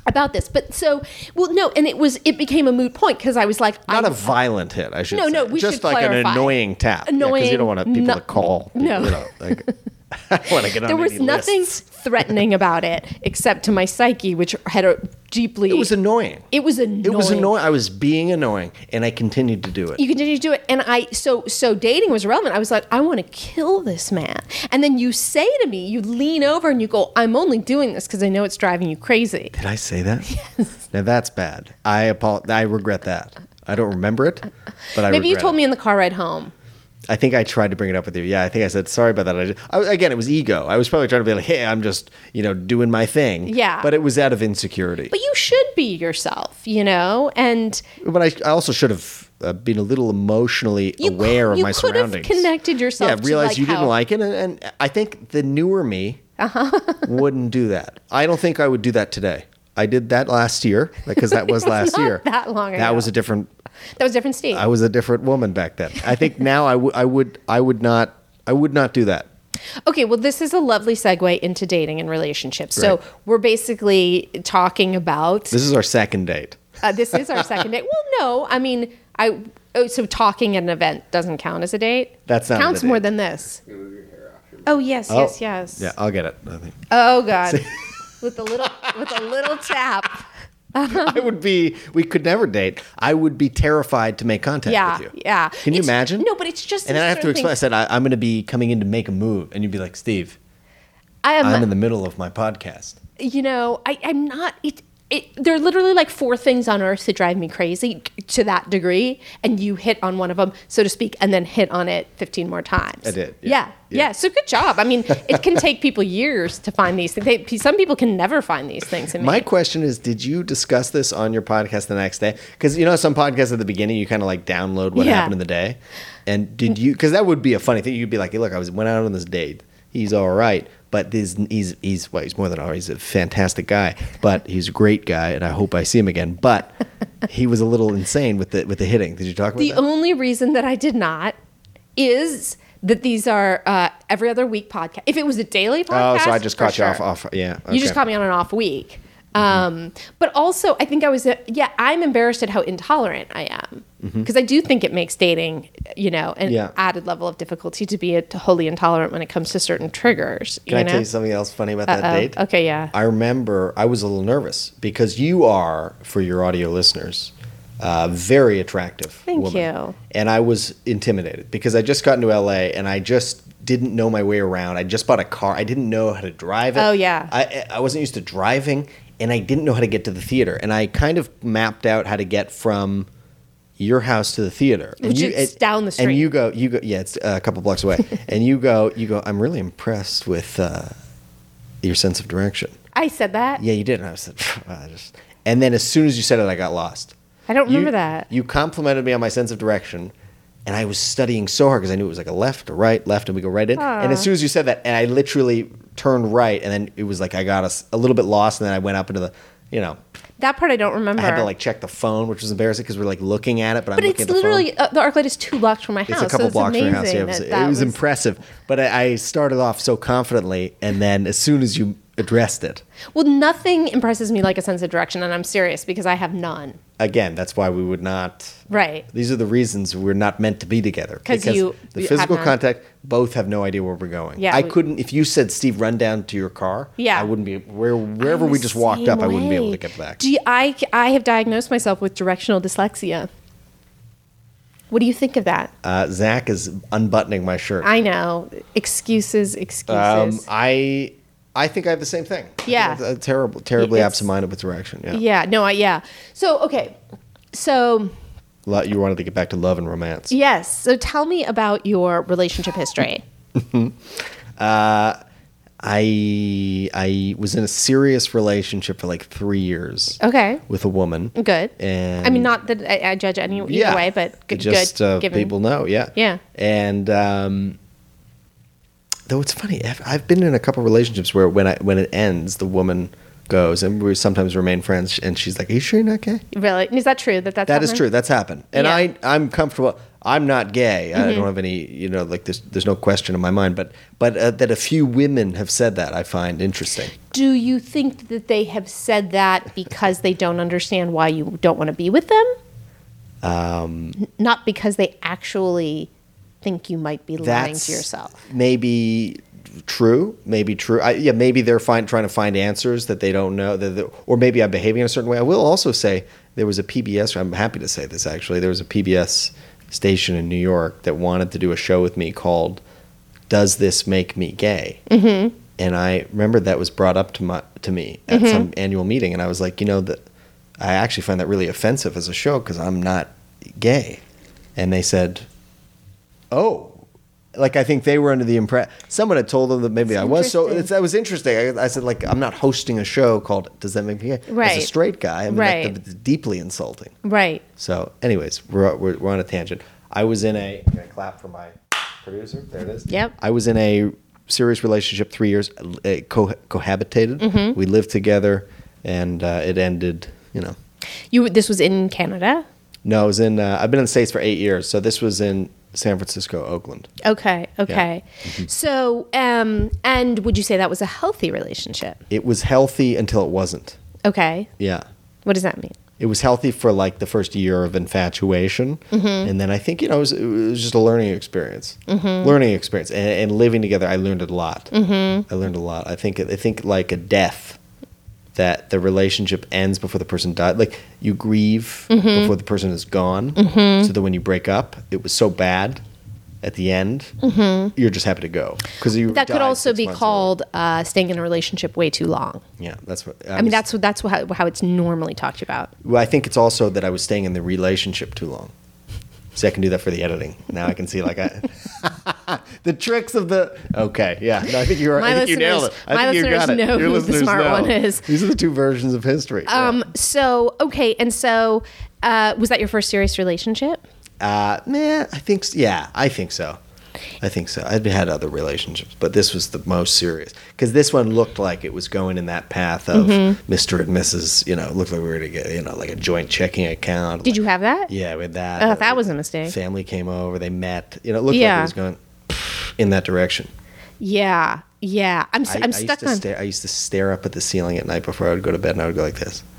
S2: About this, but so well, no, and it was it became a moot point because I was like,
S8: Not
S2: I,
S8: a violent hit, I should
S2: No,
S8: say.
S2: no, we
S8: Just
S2: should
S8: like an
S2: clarify.
S8: annoying tap. Because you
S2: Annoying,
S8: don't want people
S2: no-
S8: to call.
S2: no.
S8: You know, like, I don't want to get on
S2: there was
S8: any
S2: nothing
S8: lists.
S2: threatening about it except to my psyche, which had a deeply.
S8: It was annoying.
S2: It was annoying. E-
S8: It was annoying. I was being annoying, and I continued to do it.
S2: you continue to do it and i so so dating was relevant i was like i want to kill this man and then you say to me you lean over and you go i'm only doing this because i know it's driving you crazy
S8: Did I say that? Yes. Now that's bad. I apologize. I regret that. I don't remember it, but I
S2: maybe you
S8: regret
S2: told
S8: it.
S2: me in the car ride home
S8: I think I tried to bring it up with you. Yeah, I think I said sorry about that. I, just, I again, it was ego. I was probably trying to be like, hey, I'm just you know doing my thing.
S2: Yeah.
S8: but it was out of insecurity.
S2: But you should be yourself, you know? And
S8: But I, I also should have uh, been a little emotionally
S2: You cou-
S8: aware of
S2: you
S8: my
S2: could have
S8: surroundings.
S2: connected yourself
S8: Yeah,
S2: to,
S8: realized
S2: like,
S8: you
S2: how- Uh-huh.
S8: didn't like it, and, and I think the newer me wouldn't do that. I don't think I would do that today. I did that last year because that was,
S2: was
S8: last
S2: not
S8: year.
S2: that long
S8: That
S2: ago.
S8: was a different.
S2: that was a different state.
S8: I was a different woman back then. I think now I would. I would. I would not. I would not do that.
S2: Okay, well, this is a lovely segue into dating and relationships. So we're basically talking about
S8: This is our second date.
S2: uh, this is our second date. Well, no, I mean, I oh, so talking at an event doesn't count as a date.
S8: That's not
S2: counts
S8: a date.
S2: more than this. Oh yes, yes, yes.
S8: Yeah, I'll get it. I think
S2: Oh god, with a little with a little tap.
S8: I would be. We could never date. I would be terrified to make contact
S2: Yeah,
S8: with you.
S2: yeah.
S8: Can you
S2: It's-
S8: imagine?
S2: No, but it's just.
S8: and then I
S2: these
S8: have to
S2: sort of
S8: explain. I
S2: things-
S8: said I, I'm going to be coming in to make a move, and you'd be like, Steve,
S2: I am.
S8: I'm in the middle of my podcast.
S2: you know, I, I'm not. It, it, there are literally like four things on earth that drive me crazy to that degree, and you hit on one of them, so to speak, and then hit on it 15 more times.
S8: I did, yeah.
S2: Yeah. Yeah.
S8: Yeah.
S2: So good job. I mean, it can take people years to find these things. They, some people can never find these things. In
S8: My
S2: me.
S8: question is, did you discuss this on your podcast the next day? Because you know, some podcasts at the beginning, you kind of like download what
S2: Yeah.
S8: happened in the day. And did you? Because that would be a funny thing. You'd be like, hey, look, I was went out on this date. He's all right, but this, he's he's well, he's more than all right. He's a fantastic guy, but he's a great guy, and I hope I see him again. But he was a little insane with the with the hitting. Did you talk about
S2: The
S8: that?
S2: only reason that I did not is that these are uh, every other week podcast. If it was a daily podcast,
S8: Oh, so I just
S2: for
S8: caught you off
S2: sure.
S8: off. Yeah,
S2: You just
S8: okay.
S2: caught me on an off week. Um, but also, I think I was, uh, yeah, I'm embarrassed at how intolerant I am because I do think it makes dating, you know, an
S8: Mm-hmm. Yeah.
S2: added level of difficulty to be a, wholly intolerant when it comes to certain triggers.
S8: Can I
S2: know?
S8: tell you something else funny about that
S2: Uh-oh.
S8: date?
S2: Okay, yeah.
S8: I remember I was a little nervous because you are, for your audio listeners, a very attractive.
S2: Thank
S8: woman.
S2: you.
S8: And I was intimidated because I just got into LA and I just didn't know my way around. I just bought a car. I didn't know how to drive it.
S2: Oh, yeah.
S8: I I wasn't used to driving and I didn't know how to get to the theater. And I kind of mapped out how to get from your house to the theater. And
S2: Which
S8: you-
S2: is
S8: and-
S2: down the street.
S8: And you go, you go, yeah, it's uh, a couple blocks away. and you go, you go. I'm really impressed with uh, your sense of direction.
S2: I said that.
S8: Yeah, you did. And I said, I just. And then as soon as you said it, I got lost.
S2: I don't
S8: You-
S2: remember that.
S8: You complimented me on my sense of direction. And I was studying so hard because I knew it was like a left, a right, left, and we go right in. And as soon as you said that, and I literally turned right, and then it was like I got us a little bit lost, and then I went up into the, you know,
S2: that part I don't remember.
S8: I had to like check the phone, which was embarrassing because we're like looking at it,
S2: but
S8: but, I'm looking
S2: it's
S8: at the phone.
S2: literally, uh, the Arclight is two blocks from my house.
S8: It's a couple
S2: so
S8: blocks from
S2: amazing
S8: your house. Yeah, it was,
S2: that
S8: it
S2: that
S8: was impressive. But I, I started off so confidently, and then as soon as you addressed it,
S2: Well, nothing impresses me like a sense of direction, and I'm serious because I have none.
S8: again, that's why we would not.
S2: Right.
S8: These are the reasons we're not meant to be together.
S2: 'Cause you-
S8: the
S2: you have
S8: physical
S2: none.
S8: contact, both have no idea where we're going.
S2: Yeah,
S8: I
S2: we-
S8: couldn't. If you said, "Steve, run down to your car,"
S2: Yeah.
S8: I wouldn't be where wherever
S2: I'm
S8: we
S2: the
S8: just walked
S2: same
S8: up. I wouldn't be able
S2: way.
S8: to get back.
S2: Do you, I, I have diagnosed myself with directional dyslexia. What do you think of that?
S8: uh, Zach is unbuttoning my shirt.
S2: I know. Excuses,
S8: um,
S2: excuses.
S8: I I think I have the same thing. I think
S2: Yeah.
S8: I'm, uh, terrible, terribly
S2: It's-
S8: absent-minded with direction. Yeah.
S2: yeah, no, I, yeah. So, okay. So,
S8: Lo- You wanted to get back to love and romance.
S2: yes. So tell me about your relationship history.
S8: I I was in a serious relationship for like three years.
S2: Okay.
S8: With a woman.
S2: Good.
S8: And
S2: I mean, not that I, I judge any either
S8: yeah,
S2: way, but good.
S8: Just
S2: good,
S8: uh,
S2: given-
S8: people know. Yeah.
S2: Yeah.
S8: And um, though it's funny, I've, I've been in a couple relationships where when I when it ends, the woman goes, and we sometimes remain friends, and she's like, "Are you sure you're not gay?"
S2: Really? Is that true? That that's
S8: That is
S2: happened?
S8: true. That's happened, and
S2: Uh-huh. Yeah. Mm-hmm.
S8: I I'm comfortable. I'm not gay. I don't have any, you know, like there's there's no question in my mind. But but uh, that a few women have said that I find interesting.
S2: Do you think that they have said that because they don't understand why you don't want to be with them? Um, not because they actually think you might be lying to yourself.
S8: Maybe true. Maybe true. I, yeah, maybe they're find, trying to find answers that they don't know, that, that- or maybe I'm behaving in a certain way. I will also say there was a PBS. I'm happy to say this actually. There was a PBS station in New York that wanted to do a show with me called "Does This Make Me Gay?" Mm-hmm. And I remember that was brought up to my to me at
S2: Mm-hmm.
S8: some annual meeting, and I was like, you know, that I actually find that really offensive as a show because I'm not gay. And they said, oh like I think they were under the impression someone had told them that maybe I was. So
S2: interesting.
S8: it's, that was interesting. I, I said like I'm not hosting a show called "Does That Make Me Gay?" As
S2: Right.
S8: a straight guy, I mean, that-
S2: Right.
S8: that's deeply insulting.
S2: Right.
S8: So, anyways, we're, we're, we're on a tangent. I was in a. Can I clap for my producer? There it is.
S2: Yep.
S8: I was in a serious relationship three years, uh, co- cohabitated. We lived together, and uh, it ended, you know.
S2: You. This was in Canada.
S8: No, I was in, uh, I've been in the States for eight years. So, this was in San Francisco, Oakland.
S2: Okay. Okay.
S8: Mm-hmm.
S2: So, um, and would you say that was a healthy relationship?
S8: It was healthy until it wasn't.
S2: Okay.
S8: Yeah.
S2: What does that mean?
S8: It was healthy for like the first year of infatuation.
S2: Mm-hmm.
S8: And then I think, you know, it was, it was just a learning experience.
S2: Mm-hmm.
S8: Learning experience. And, and living together, I learned a lot.
S2: Mm-hmm.
S8: I learned a lot. I think, I think like a death, that the relationship ends before the person died. Like you grieve
S2: Mm-hmm.
S8: before the person is gone. So that when you break up, it was so bad at the end, you're just happy to go. Because you
S2: Mm-hmm. That could
S8: died
S2: also
S8: six
S2: be
S8: months
S2: called uh, staying in a relationship way too long.
S8: earlier. Yeah, that's what.
S2: I mean, that's what that's how, how it's normally talked about.
S8: Well, I think it's also that I was staying in the relationship too long. See, I can do that for the editing. Now I can see like I, the tricks of the. Okay, yeah. No, I think you're.
S2: My
S8: I think you nailed it.
S2: listeners-
S8: I
S2: my
S8: think you got
S2: listeners
S8: it.
S2: know
S8: Your
S2: who the
S8: listeners
S2: smart
S8: know.
S2: one is.
S8: These are the two versions of history.
S2: Um. So okay, and so uh, was that your first serious relationship?
S8: Uh, man, I think s- yeah, I think so. I think so. I've had other relationships, but this was the most serious because this one looked like it was going in that path of
S2: Mm-hmm.
S8: Mr. and Mrs. You know, it looked like we were going to get you know like a joint checking account.
S2: Did you have that?
S8: Yeah, we had that.
S2: Oh, that was a mistake.
S8: Family came over. They met. You know, it looked like
S2: Yeah.
S8: it was going in that direction.
S2: Yeah. Yeah. I'm s-
S8: I,
S2: I'm
S8: I used
S2: stuck
S8: to
S2: on.
S8: Stare, I used to stare up at the ceiling at night before I would go to bed, and I would go like this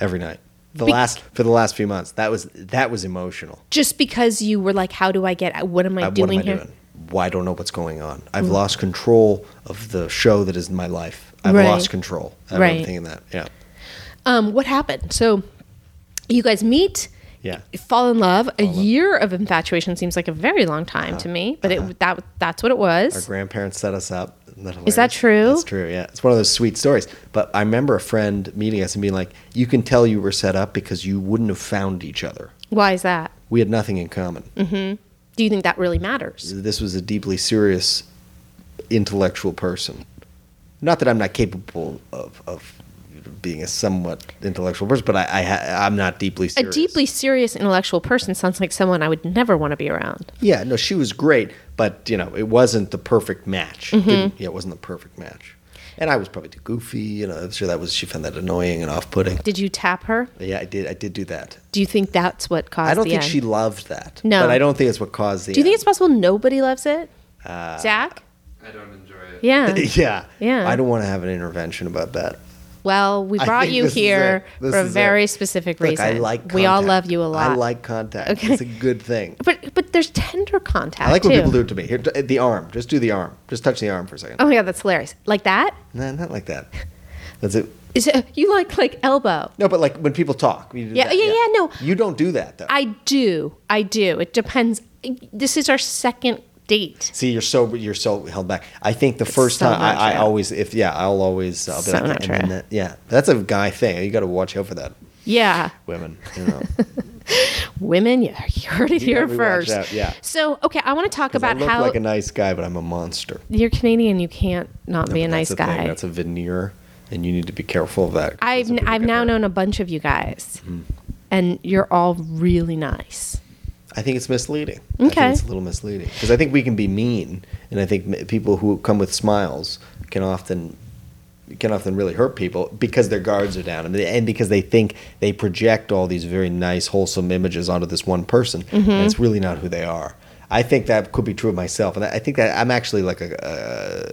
S8: every night. The
S2: Be-
S8: last for the last few months, that was that was emotional.
S2: Just because you were like, how do I get? What am I
S8: Uh,
S2: doing
S8: what am I
S2: here? Mm-hmm.
S8: doing? Why I don't know what's going on. I've lost control of the show that is my life. I've
S2: Right.
S8: lost control. I
S2: Right.
S8: remember thinking that. Yeah,
S2: Um. What happened? So, you guys meet.
S8: yeah.
S2: fall in love. a year of infatuation seems like a very long time to me, but it that that's what it
S8: Uh-huh. Our
S2: was.
S8: grandparents set us up. Isn't
S2: Is that
S8: hilarious?
S2: true?
S8: That's true. Yeah, it's one of those sweet stories. But I remember a friend meeting us and being like, "You can tell you were set up because you wouldn't have found each other.
S2: Why is that?
S8: We had nothing in common.
S2: Mm. Do you think that really matters?
S8: This was a deeply serious, intellectual person. Not that I'm not capable of of being a somewhat intellectual person, but I, I ha- I'm not deeply
S2: A
S8: serious.
S2: deeply serious intellectual person sounds like someone I would never want to be around.
S8: Yeah, no, she was great, but you know, it wasn't the perfect match.
S2: Mm-hmm.
S8: Didn't- yeah, it wasn't the perfect match. And I was probably too goofy, you know. I'm sure that was she found that annoying and off-putting.
S2: Did you tap her?
S8: Yeah, I did. I did do that.
S2: Do you think that's what caused
S8: I don't
S2: the
S8: think
S2: end?
S8: she loved that.
S2: No.
S8: but I don't think it's what caused the.
S2: Do you think it's possible nobody loves it?
S8: Uh,
S2: Zach?
S9: I don't enjoy it.
S2: Yeah.
S8: Yeah,
S2: Yeah.
S8: I don't want to have an intervention about that.
S2: Well, we
S8: I
S2: brought
S8: think
S2: you
S8: this is
S2: here
S8: it. This
S2: for a
S8: is it.
S2: very specific
S8: Look,
S2: reason.
S8: I like. Contact.
S2: We all love you a lot.
S8: I like contact.
S2: Okay.
S8: It's a good thing.
S2: But but there's tender contact
S8: I like
S2: too.
S8: when people do it to me. Here, t- the arm. Just do the arm. Just touch the arm for a second.
S2: Oh my god, that's hilarious. Like that?
S8: No, not like that. That's it.
S2: Is it, you like like elbow?
S8: No, but like when people talk. You do
S2: Yeah,
S8: that.
S2: yeah, yeah, no.
S8: You don't do that though.
S2: I do. I do. It depends. This is our second date.
S8: See, you're so you're so held back. I think the first
S2: so
S8: time
S2: not
S8: I, I
S2: true.
S8: always if yeah I'll always I'll
S2: So
S8: like,
S2: not
S8: and then
S2: true.
S8: that- yeah that's a guy thing. You got to watch out for that,
S2: Yeah.
S8: women. You know,
S2: Women, you heard it here
S8: gotta watch
S2: first.
S8: out, yeah.
S2: So, okay, I want to talk
S8: 'Cause I
S2: about
S8: look
S2: how
S8: like a nice guy, but I'm a monster.
S2: you're Canadian. You can't not be a
S8: That's
S2: nice
S8: the thing.
S2: guy.
S8: That's a veneer, and you need to be careful of that.
S2: I've,
S8: That's a pretty
S2: I've
S8: good Hmm.
S2: now
S8: one.
S2: known a bunch of you guys, and you're all really nice.
S8: I think it's misleading. I
S2: Okay.
S8: think it's a little misleading because I think we can be mean, and I think m- people who come with smiles can often can often really hurt people because their guards are down and, they- and because they think they project all these very nice wholesome images onto this one person
S2: Mm-hmm.
S8: and it's really not who they are i think that could be true of myself and i I think that i'm actually like a,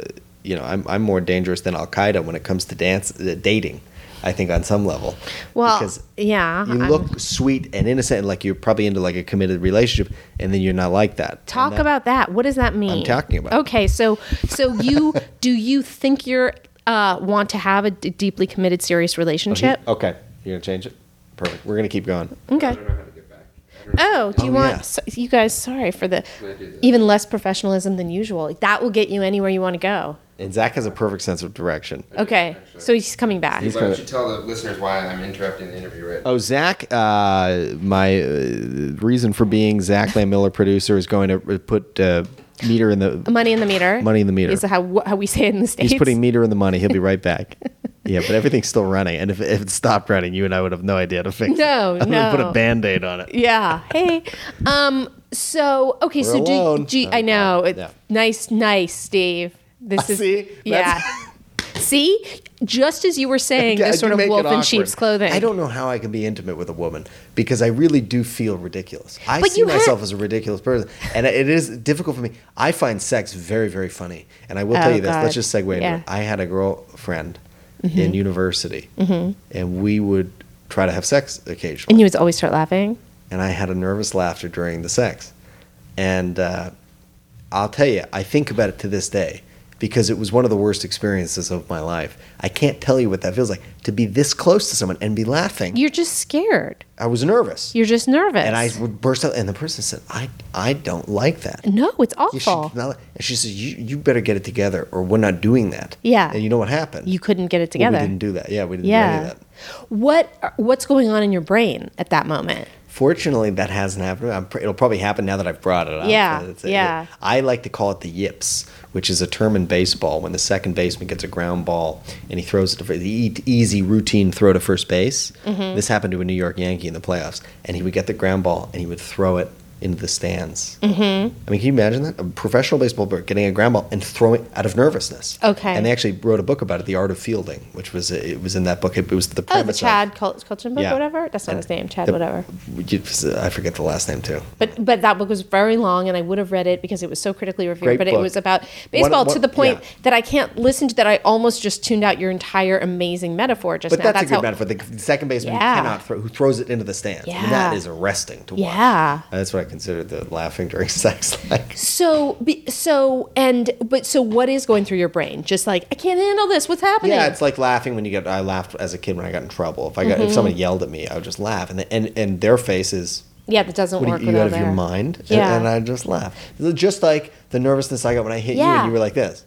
S8: a you know I'm, I'm more dangerous than al-qaeda when it comes to dance uh, dating i think on some level
S2: Well, yeah,
S8: you
S2: I'm-
S8: look sweet and innocent and like you're probably into like a committed relationship and then you're not like that
S2: Talk
S8: And that-
S2: about that. What does that mean?
S8: talking about it.
S2: Okay, so so you do you think you're uh, want to have a d- deeply
S8: Oh,
S2: committed serious relationship?
S8: okay you're gonna change it perfect we're gonna keep going
S2: Okay.
S9: I don't know how to get back.
S2: Oh, do you
S6: Oh,
S2: want
S6: yeah.
S2: so, you guys? Sorry for the even less professionalism than usual. That will get you anywhere you want to go.
S8: And Zach has a perfect sense of direction.
S2: Okay, so he's coming back.
S8: He's
S9: Why don't
S8: gonna,
S9: you tell the listeners why I'm interrupting the interview right now?
S8: oh, Zach, uh, my uh, reason for being Zach Lamb Miller producer is going to put uh, meter in the
S2: money in the meter.
S8: Money in the meter.
S2: is how how we say it in the states.
S8: He's putting meter in the money. He'll be right back. yeah, but everything's still running. And if, if it stopped running, you and I would have no idea how to fix
S2: No,
S8: it. I'm gonna put
S2: no.
S8: a band aid on it.
S2: Yeah. Hey. Um. So okay. so
S8: alone.
S2: do do I know? it-
S8: Yeah.
S2: Nice, nice, Dave. This is
S8: see?
S2: yeah.
S8: That's-
S2: see, just as you were saying,
S8: I
S2: this
S8: do
S2: sort of
S8: make it
S2: wolf in
S8: awkward.
S2: sheep's clothing.
S8: I don't know how I can be intimate with a woman because I really do feel ridiculous. I
S2: But
S8: see
S2: you have-
S8: myself as a ridiculous person, and it is difficult for me. I find sex very, very funny, and I will
S2: Oh,
S8: tell you this.
S2: God.
S8: Let's just segue into
S2: Yeah. Mm-hmm.
S8: it. I had a girlfriend in university, and we would try to have sex occasionally.
S2: And you would always start laughing.
S8: and I had a nervous laughter during the sex. And uh, I'll tell you, I think about it to this day because it was one of the worst experiences of my life. I can't tell you what that feels like to be this close to someone and be laughing.
S2: You're just scared.
S8: I was nervous.
S2: You're just nervous.
S8: and I would burst out, and the person said, I, I don't like that.
S2: no, it's
S8: You should
S2: awful.
S8: not- and she says, you, you better get it together or we're not doing that.
S2: Yeah.
S8: And you know what happened?
S2: You couldn't get it
S8: Well,
S2: together.
S8: we didn't do that. Yeah, we didn't do any
S2: yeah.
S8: of that.
S2: What what's going on in your brain at that moment?
S8: Fortunately, that hasn't happened. I'm, pr- it'll probably happen now that I've brought it up. Uh,
S2: Yeah,
S8: It's a-
S2: yeah.
S8: I like to call it the yips, which is a term in baseball when the second baseman gets a ground ball and he throws it to fir- the e- easy routine throw to first base.
S2: Mm-hmm.
S8: This happened to a New York Yankee in the playoffs, and he would get the ground ball and he would throw it into the stands. Mm-hmm. I mean, can you imagine that? A professional baseball player getting a ground ball and throwing it out of nervousness.
S2: Okay.
S8: And they actually wrote a book about it, The Art of Fielding, which was it was in that book. It was the
S2: Oh,
S8: premise
S2: the
S8: of-
S2: Chad Col- Colchin book,
S8: Yeah.
S2: whatever. That's not his name, Chad,
S8: the-
S2: whatever.
S8: I forget the last name too.
S2: But but that book was very long, and I would have read it because it was so critically reviewed.
S8: Great
S2: but it
S8: book.
S2: was about
S8: One-
S2: baseball
S8: one-
S2: to the point
S8: yeah.
S2: that I can't listen to that. I almost just tuned out your entire amazing metaphor just
S8: But
S2: now.
S8: that's, a good
S2: how,
S8: metaphor. The second baseman who
S2: Yeah.
S8: cannot throw, who throws it into the stands. And
S2: Yeah.
S8: that is arresting to watch.
S2: Yeah.
S8: That's what I consider the laughing during sex. Like,
S2: So be- so and but so what is going through your brain? Just like I can't handle this. What's happening?
S8: yeah, it's like laughing when you get. I laughed as a kid when I got in trouble. If I
S2: Mm-hmm.
S8: got if someone yelled at me, I would just laugh, and and and their face is.
S2: Yeah, that doesn't
S8: What are
S2: work.
S8: you, you out
S2: without
S8: of your
S2: there.
S8: mind? And-
S2: Yeah.
S8: And, I just laugh. Just like the nervousness I got when I hit you
S2: Yeah.
S8: and you were like this.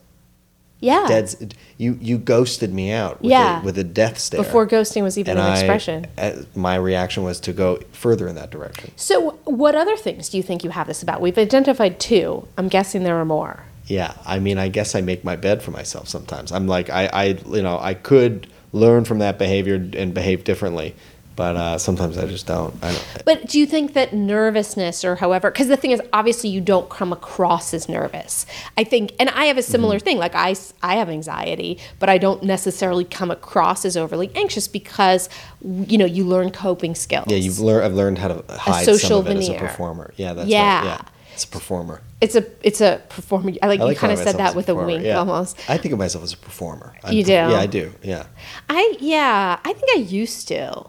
S2: Yeah.
S8: Dead, you, you ghosted me out with,
S2: Yeah.
S8: a, with a death stare.
S2: Before ghosting was even
S8: And
S2: an
S8: I-
S2: expression.
S8: uh, my reaction was to go further in that direction.
S2: So what other things do you think you have this about? We've identified two. I'm guessing there are more.
S8: Yeah, I mean, I guess I make my bed for myself sometimes. I'm like, I, I you know, I could learn from that behavior and behave differently, but uh, sometimes I just don't. I don't.
S2: But do you think that nervousness or however, because the thing is, obviously, you don't come across as nervous. I think, and I have a similar
S8: Mm-hmm.
S2: thing. Like, I, s- I have anxiety, but I don't necessarily come across as overly anxious because, you know, you learn coping skills.
S8: Yeah, you've learned. I've learned how to hide
S2: social
S8: some of it as a
S2: veneer.
S8: performer. Yeah, that's
S2: Yeah.
S8: right. Yeah, it's a performer.
S2: It's a, it's a performing, I like,
S8: I
S2: you
S8: like
S2: kind of
S8: calling
S2: said
S8: myself as
S2: that
S8: a
S2: with a
S8: performer,
S2: wink
S8: yeah.
S2: almost.
S8: I think of myself as a performer. I'm
S2: You
S8: perf-
S2: do?
S8: Yeah, I do. Yeah.
S2: I, yeah, I think I used to.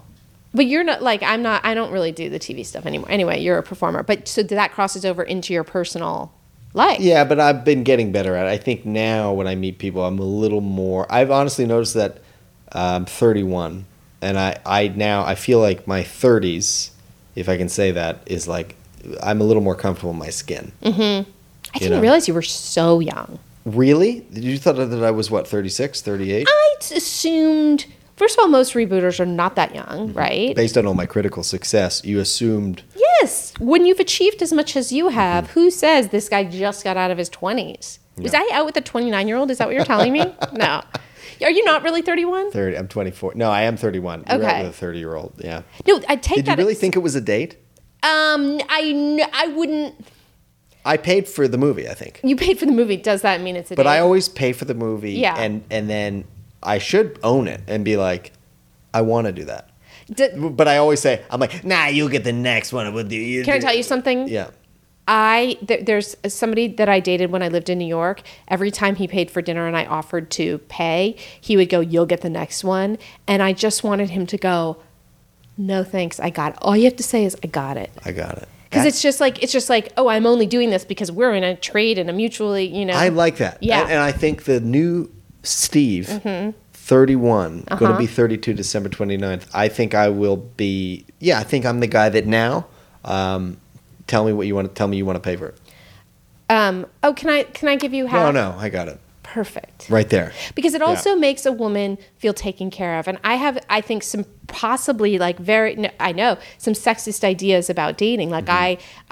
S2: But you're not like I'm not. I don't really do the TV stuff anymore. Anyway, you're a performer, but so that crosses over into your personal life.
S8: Yeah, but I've been getting better at it. I think now when I meet people, I'm a little more. I've honestly noticed that uh, I'm 31, and I, I now I feel like my 30s, if I can say that, is like I'm a little more comfortable in my skin.
S2: Mm. I didn't
S8: know.
S2: realize you were so young.
S8: Really? You thought that I was what 36, 38?
S2: I t- assumed. First of all, most rebooters are not that
S8: Mm-hmm.
S2: young, right?
S8: Based on all my critical success, you assumed
S2: yes. When you've achieved as much as you have,
S8: Mm-hmm.
S2: who says this guy just got out of his twenties? Was I out with a twenty-nine-year-old? Is that what you're telling me? no. Are you not really thirty-one?
S8: 30. I'm 24. No, I am 31. You're out
S2: Okay.
S8: with a 30 year old. Yeah.
S2: No, I take
S8: Did you
S2: that.
S8: really
S2: as-
S8: think it was a date?
S2: Um, I kn- I wouldn't.
S8: I paid for the movie. I think.
S2: You paid for the movie. Does that mean it's a
S8: But I
S2: date?
S8: always pay for the movie,
S2: Yeah.
S8: and and then I should own it and be like, I want to do that.
S2: D-
S8: But I always say, I'm like, nah, you get the next one. We'll do- you
S2: Can I
S8: do-
S2: tell you something?
S8: Yeah.
S2: I th- there's somebody that I dated when I lived in New York. Every time he paid for dinner and I offered to pay, he would go, "You'll get the next one." And I just wanted him to go, "No thanks, I got it." All you have to say is, "I got it."
S8: I got it.
S2: Cuz it's just like it's just like, "Oh, I'm only doing this because we're in a trade and a mutually, you know."
S8: I like that.
S2: Yeah. Mm-hmm.
S8: And, and I think the new Steve, 31,
S2: Uh-huh.
S8: going to be 32 December 29th, I think I will be, yeah, I think I'm the guy that now Um, tell me what you want. Tell me you want to pay for it.
S2: Um, oh, can I can I give you
S8: No,
S2: half?
S8: no, I got it
S2: Perfect.
S8: right there.
S2: because it
S8: Yeah.
S2: also makes a woman feel taken care of and i have i think some possibly like very no, i know some sexist ideas about dating like
S8: Mm-hmm.
S2: I,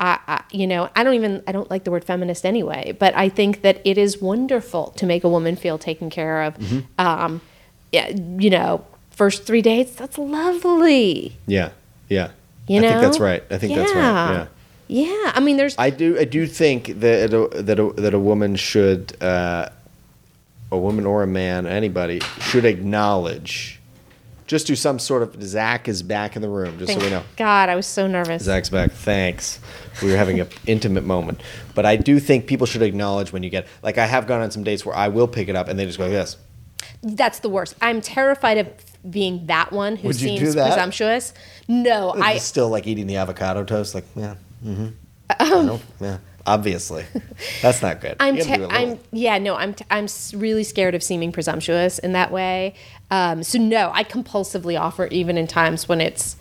S2: I i you know i don't even i don't like the word feminist anyway but i think that it is wonderful to make a woman feel taken care of
S8: Mm-hmm.
S2: um yeah, you know first three dates that's lovely
S8: Yeah, yeah.
S2: You
S8: I think that's
S2: know?
S8: right. I think that's right.
S2: Yeah.
S8: Yeah.
S2: yeah i mean there's
S8: I do. I do think that a, that a, that a woman should, uh, a woman or a man, anybody should acknowledge. Just do some sort of. Zach is back in the room, just so we know.
S2: god i was so nervous
S8: Zach's back. Thanks. We were having an intimate moment, but I do think people should acknowledge when you get. Like I have gone on some dates where I will pick it up and they just go, "Yes."
S2: That's the worst. I'm terrified of being that one who
S8: Would you do
S2: seems
S8: that?
S2: presumptuous. No, I
S8: It's still like eating the avocado toast. Like, yeah, mm-hmm. I know, yeah, obviously, that's not good.
S2: Oh. I'm,
S8: You gotta
S2: te-
S8: do a little.
S2: I'm, yeah, no, I'm, t- I'm s- really scared of seeming presumptuous in that way. Um, so no, I compulsively offer even in times when it's,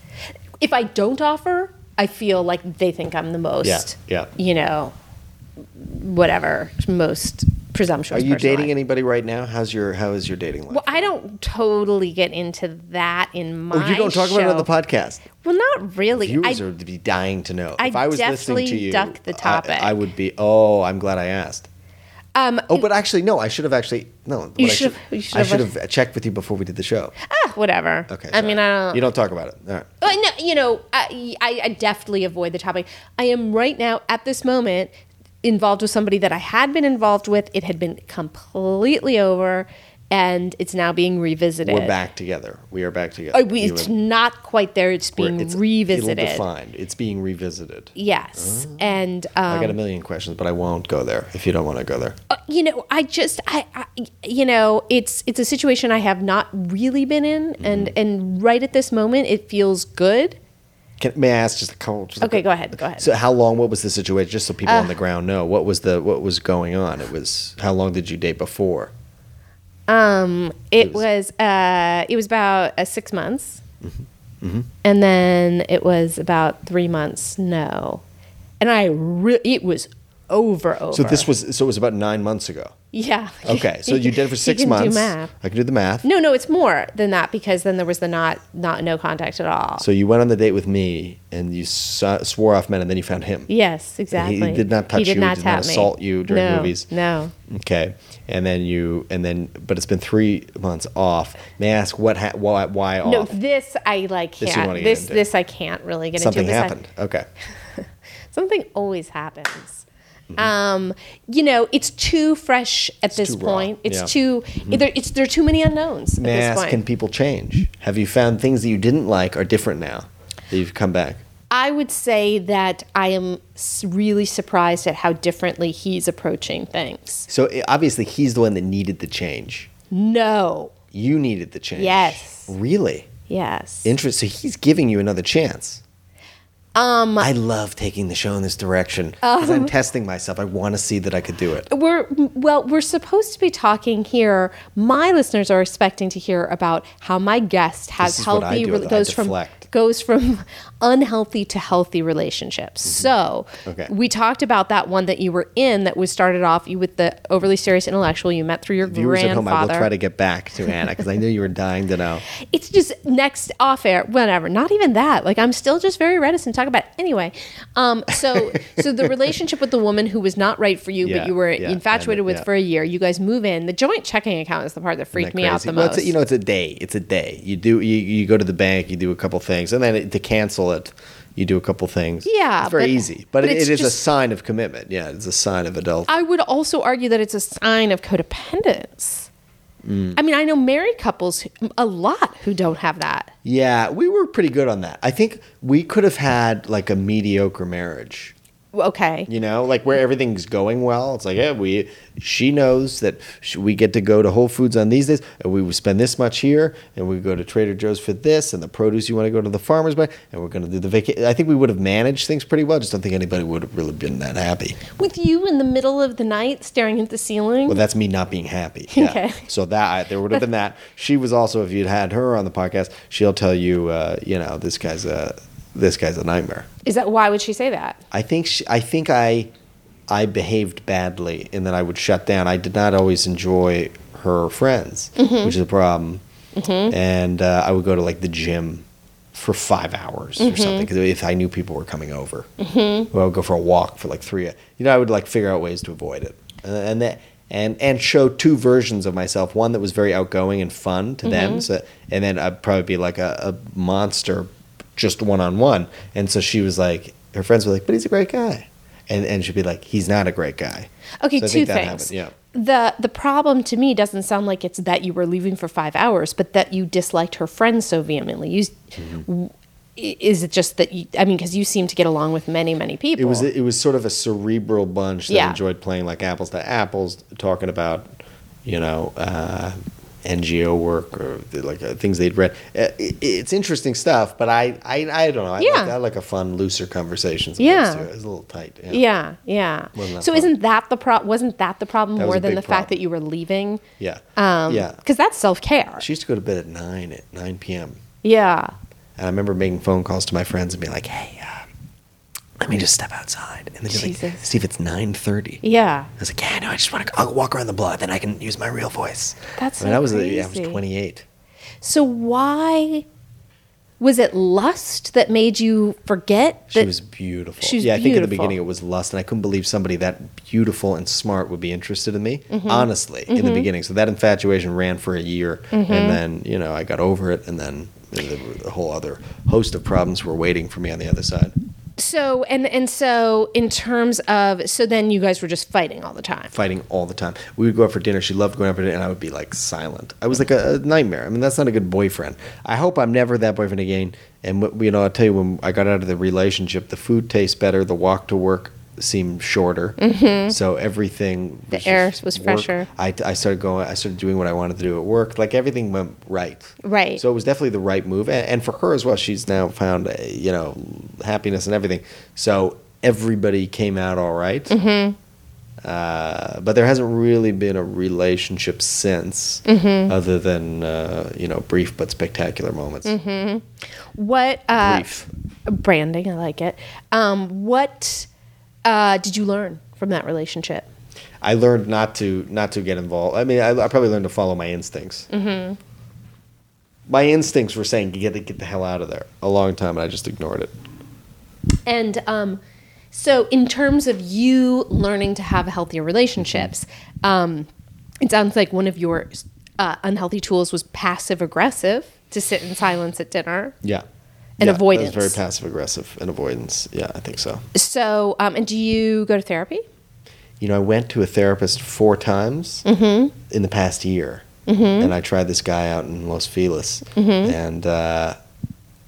S2: if I don't offer, I feel like they think I'm the most,
S8: yeah.
S2: you know, whatever, most
S8: Are
S2: presumptuous.
S8: you
S2: person
S8: dating
S2: alive.
S8: anybody right now? How's your How is your dating life?
S2: Well, I don't totally get into that in my.
S8: Oh, you don't talk about it on the
S2: show.
S8: podcast.
S2: Well, not really.
S8: Viewers
S2: I-
S8: would be dying to know.
S2: I
S8: if I was listening to
S2: definitely
S8: you,
S2: duck the
S8: I-
S2: topic.
S8: I, would be. Oh, I'm glad I asked.
S2: Um,
S8: Oh, but actually, no. I should have actually no.
S2: You
S8: what I
S2: should have- you should
S8: I
S2: have
S8: should
S2: let-
S8: have checked with you before we did the show.
S2: ah, whatever.
S8: Okay.
S2: I
S8: sorry.
S2: mean, I don't.
S8: You don't talk about it. All right.
S2: Well, no, you know, I, I, I deftly avoid the topic. I am right now at this moment involved with somebody that I had been involved with. It had been completely over, and it's now being revisited.
S8: We're back together. We are back together.
S2: Uh, we-
S8: You
S2: it's
S8: and-
S2: not quite there. It's
S8: we're-
S2: being
S8: it's
S2: revisited.
S8: ill-defined. It's being revisited.
S2: Yes, and
S8: Oh. I got a
S2: um, uh,
S8: million questions, but I won't go there if you don't want to go there.
S2: you know, I just, I, I, you know, it's it's a situation I have not really been in, and
S8: Mm-hmm.
S2: and right at this moment, it feels good.
S8: Can, may I ask just a couple? just a
S2: Okay,
S8: quick-
S2: go ahead, go ahead.
S8: So, how long? What was the situation? Just so people on the ground know, what was the what was going on? It was how long did you date before?
S2: Um, it,
S8: It
S2: was,
S8: was-
S2: uh, it was about uh, six months,
S8: Mm-hmm.
S2: and then it was about three months. No, and I re- it was over over.
S8: So this was so it was about nine months ago.
S2: yeah.
S8: Okay, so you did it for six
S2: can do
S8: months.
S2: math.
S8: I can do the math.
S2: No, no, it's more than that because then there was the not not no contact at all.
S8: So you went on the date with me, and you saw, swore off men, and then you found him.
S2: yes,
S8: And
S2: exactly.
S8: He did not touch
S2: He did
S8: you.
S2: not
S8: he did
S2: tap
S8: not
S2: me.
S8: assault you during
S2: no,
S8: movies.
S2: No.
S8: Okay, and then you and then but it's been three months off. May I ask what ha- why why
S2: No,
S8: off?
S2: this I like
S8: you
S2: can't.
S8: wanna get
S2: This
S8: into.
S2: this I can't really get
S8: Something
S2: into. besides-
S8: happened. Okay.
S2: something always happens.
S8: Mm-hmm.
S2: Um, you know, it's too fresh at this
S8: too raw,
S2: point. It's
S8: yeah.
S2: too there. It's there are too many unknowns
S8: May I
S2: at this
S8: ask,
S2: point.
S8: can people change? Have you found things that you didn't like are different now that you've come back?
S2: I would say that I am s- really surprised at how differently he's approaching things.
S8: So i- obviously, he's the one that needed the change.
S2: No.
S8: You needed the change.
S2: Yes.
S8: Really?
S2: Yes.
S8: Interest. So he's giving you another chance. Um, I love taking the show in this direction because
S2: Um,
S8: I'm testing myself. I want to see that I could do it.
S2: we're well we're supposed to be talking here my listeners are expecting to hear about how my guest has
S8: This is what I
S2: healthy
S8: do,
S2: re-
S8: I
S2: goes from
S8: deflect.
S2: goes from unhealthy to healthy relationships so
S8: Mm-hmm. Okay.
S2: we talked about that one that you were in that was started off you with the overly serious intellectual you met through your
S8: Viewers at home, I will
S2: grandfather
S8: try to get back to Anna because I knew you were dying to know.
S2: it's just next off air whatever not even that like i'm still just very reticent to talk about it. anyway um so so the relationship with the woman who was not right for you
S8: Yeah,
S2: but you were
S8: yeah,
S2: infatuated
S8: and it-
S2: with
S8: yeah.
S2: for a year you guys move in the joint checking account is the part that freaked
S8: Isn't
S2: me
S8: that
S2: out
S8: crazy?
S2: the
S8: Well,
S2: most
S8: It's a, you know, it's a day. It's a day. You do. You, you go to the bank. You do a couple things, and then it, to cancel it, you do a couple things.
S2: Yeah,
S8: it's very
S2: but-
S8: easy. But,
S2: but
S8: it,
S2: it's
S8: it is a
S2: just-
S8: sign of commitment. Yeah, it's a sign of adult.
S2: i would also argue that it's a sign of codependence
S8: Mm.
S2: i mean i know married couples who- a lot who don't have that
S8: yeah, we were pretty good on that. I think we could have had like a mediocre marriage.
S2: okay
S8: You know, like where everything's going well. It's like, yeah, we. She knows that sh we get to go to Whole Foods on these days, and we would spend this much here, and we go to Trader Joe's for this, and the produce you want to go to the farmers market, and we're going to do the vacation. I think we would have managed things pretty well. Just don't think anybody would have really been that happy.
S2: with you in the middle of the night staring at the ceiling
S8: Well, that's me not being happy. Yeah.
S2: Okay.
S8: So that there would have been that. She was also, if you'd had her on the podcast, she'll tell you, uh, you know, this guy's a this guy's a nightmare.
S2: Is that why would she say that?
S8: I think she, I think I I behaved badly and that I would shut down. I did not always enjoy her friends, which is a problem. And uh, I would go to like the gym for five hours or something 'cause if I knew people were coming over. Or I would go for a walk for like three. You know, I would like figure out ways to avoid it, and, and that. And, and show two versions of myself one that was very outgoing and fun to
S2: Mm-hmm.
S8: them so, and then i'd probably be like a, a monster just one on one. And so she was like, her friends were like, but he's a great guy. And, and she'd be like, he's not a great guy.
S2: Okay,
S8: So I
S2: two
S8: think that
S2: things.
S8: happened, yeah.
S2: The the problem to me doesn't sound like it's that you were leaving for five hours, but that you disliked her friends so vehemently. You,
S8: Mm-hmm.
S2: w- i- is it just that you? I mean, because you seem to get along with many many people.
S8: It was, it was sort of a cerebral bunch that
S2: Yeah.
S8: enjoyed playing like apples to apples, talking about, you know, uh, NGO work or like uh, things they'd read. Uh, it, it's interesting stuff, but I, I, I don't know. I,
S2: Yeah.
S8: like, I like a fun, looser conversation.
S2: Yeah.
S8: sometimes, too. It was a little tight.
S2: yeah, yeah.
S8: Wasn't that
S2: So
S8: fun?
S2: isn't that the pro? Wasn't that the problem
S8: That was
S2: more
S8: a
S2: than
S8: big
S2: the fact
S8: problem.
S2: that you were leaving?
S8: Yeah.
S2: Um,
S8: yeah.
S2: Because that's self care.
S8: She used to go to bed at 9 at 9 p.m.
S2: Yeah.
S8: And I remember making phone calls to my friends and being like, "Hey, um, let me just step outside." And they'd be like,
S2: Jesus.
S8: "Steve, it's 9.30.
S2: Yeah.
S8: I was like, "Yeah, no, I just want to I'll walk around the block, then I can use my real voice."
S2: That's
S8: I mean,
S2: so
S8: I was yeah, I was
S2: crazy.
S8: 28.
S2: So why was it lust that made you forget that
S8: She was beautiful.
S2: She was
S8: yeah, I think at the
S2: beautiful.
S8: beginning it was lust, and I couldn't believe somebody that beautiful and smart would be interested in me.
S2: Mm-hmm.
S8: Honestly, in the beginning, so that infatuation ran for a year,
S2: Mm-hmm.
S8: and then you know I got over it, and then there were a whole other host of problems were waiting for me on the other side.
S2: So and and so in terms of so then you guys were just fighting all the time.
S8: fighting all the time. We would go out for dinner. She loved going out for dinner, and I would be like silent. I was like a, a nightmare. I mean, that's not a good boyfriend. I hope I'm never that boyfriend again. And what- you know, I'll tell you, when I got out of the relationship, the food tastes better. The walk to work seemed shorter. So everything,
S2: Mm-hmm. The
S8: just
S2: air was
S8: work.
S2: fresher.
S8: I, I started going. I started doing what I wanted to do at work. Like everything went right.
S2: Right.
S8: So it was definitely the right move, and, and for her as well. She's now found uh, you know happiness and everything. So everybody came out all right. Uh, but there hasn't really been a relationship since, other than uh, you know brief but spectacular moments.
S2: What uh
S8: Brief.
S2: branding, I like it. Um what uh did you learn from that relationship?
S8: I learned not to not to get involved. I mean, I, I probably learned to follow my instincts.
S2: Mm-hmm.
S8: My instincts were saying get the- get the hell out of there a long time, and I just ignored it.
S2: And um so in terms of you learning to have healthier relationships, um it sounds like one of your uh, unhealthy tools was passive aggressive to sit in silence at dinner.
S8: Yeah.
S2: And
S8: Yeah, that was
S2: avoidance.
S8: very passive aggressive and avoidance. Yeah, I think so.
S2: So um and do you go to therapy?
S8: you know, I went to a therapist four times
S2: Mm-hmm.
S8: in the past year, and I tried this guy out in Los Feliz,
S2: Mm-hmm.
S8: and uh,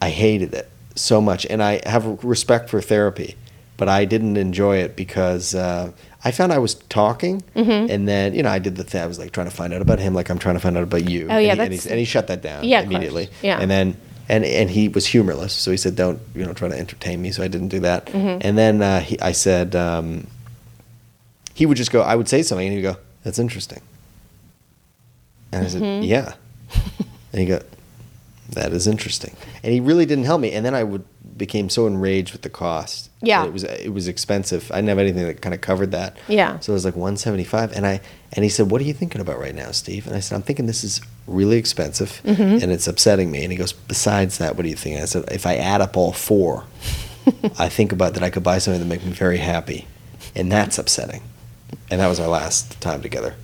S8: I hated it so much. And I have respect for therapy, but I didn't enjoy it because uh, I found I was talking,
S2: Mm-hmm.
S8: and then you know, I did the thing. I was like trying to find out about him, like I'm trying to find out about you. Oh and
S2: yeah,
S8: he, and,
S2: that's-
S8: he, and he shut that down
S2: Yeah, of course.
S8: immediately.
S2: Yeah.
S8: and then. And, and he was humorless, so he said, "Don't you know try to entertain me." So I didn't do that.
S2: Mm-hmm.
S8: And then uh, he, I said, um, he would just go, I would say something, and he'd go, That's interesting. And I said,
S2: Mm-hmm.
S8: Yeah. and he'd go, That is interesting. And he really didn't help me. And then I would became so enraged with the cost.
S2: Yeah.
S8: And It was it was expensive. I didn't have anything that kind of covered that.
S2: Yeah.
S8: So it was like 175. And I and he said, What are you thinking about right now, Steve? And I said, I'm thinking this is really expensive
S2: Mm-hmm.
S8: and it's upsetting me. And he goes, Besides that, what do you think? And I said, If I add up all four, I think about that I could buy something that make me very happy. And that's upsetting. And that was our last time together.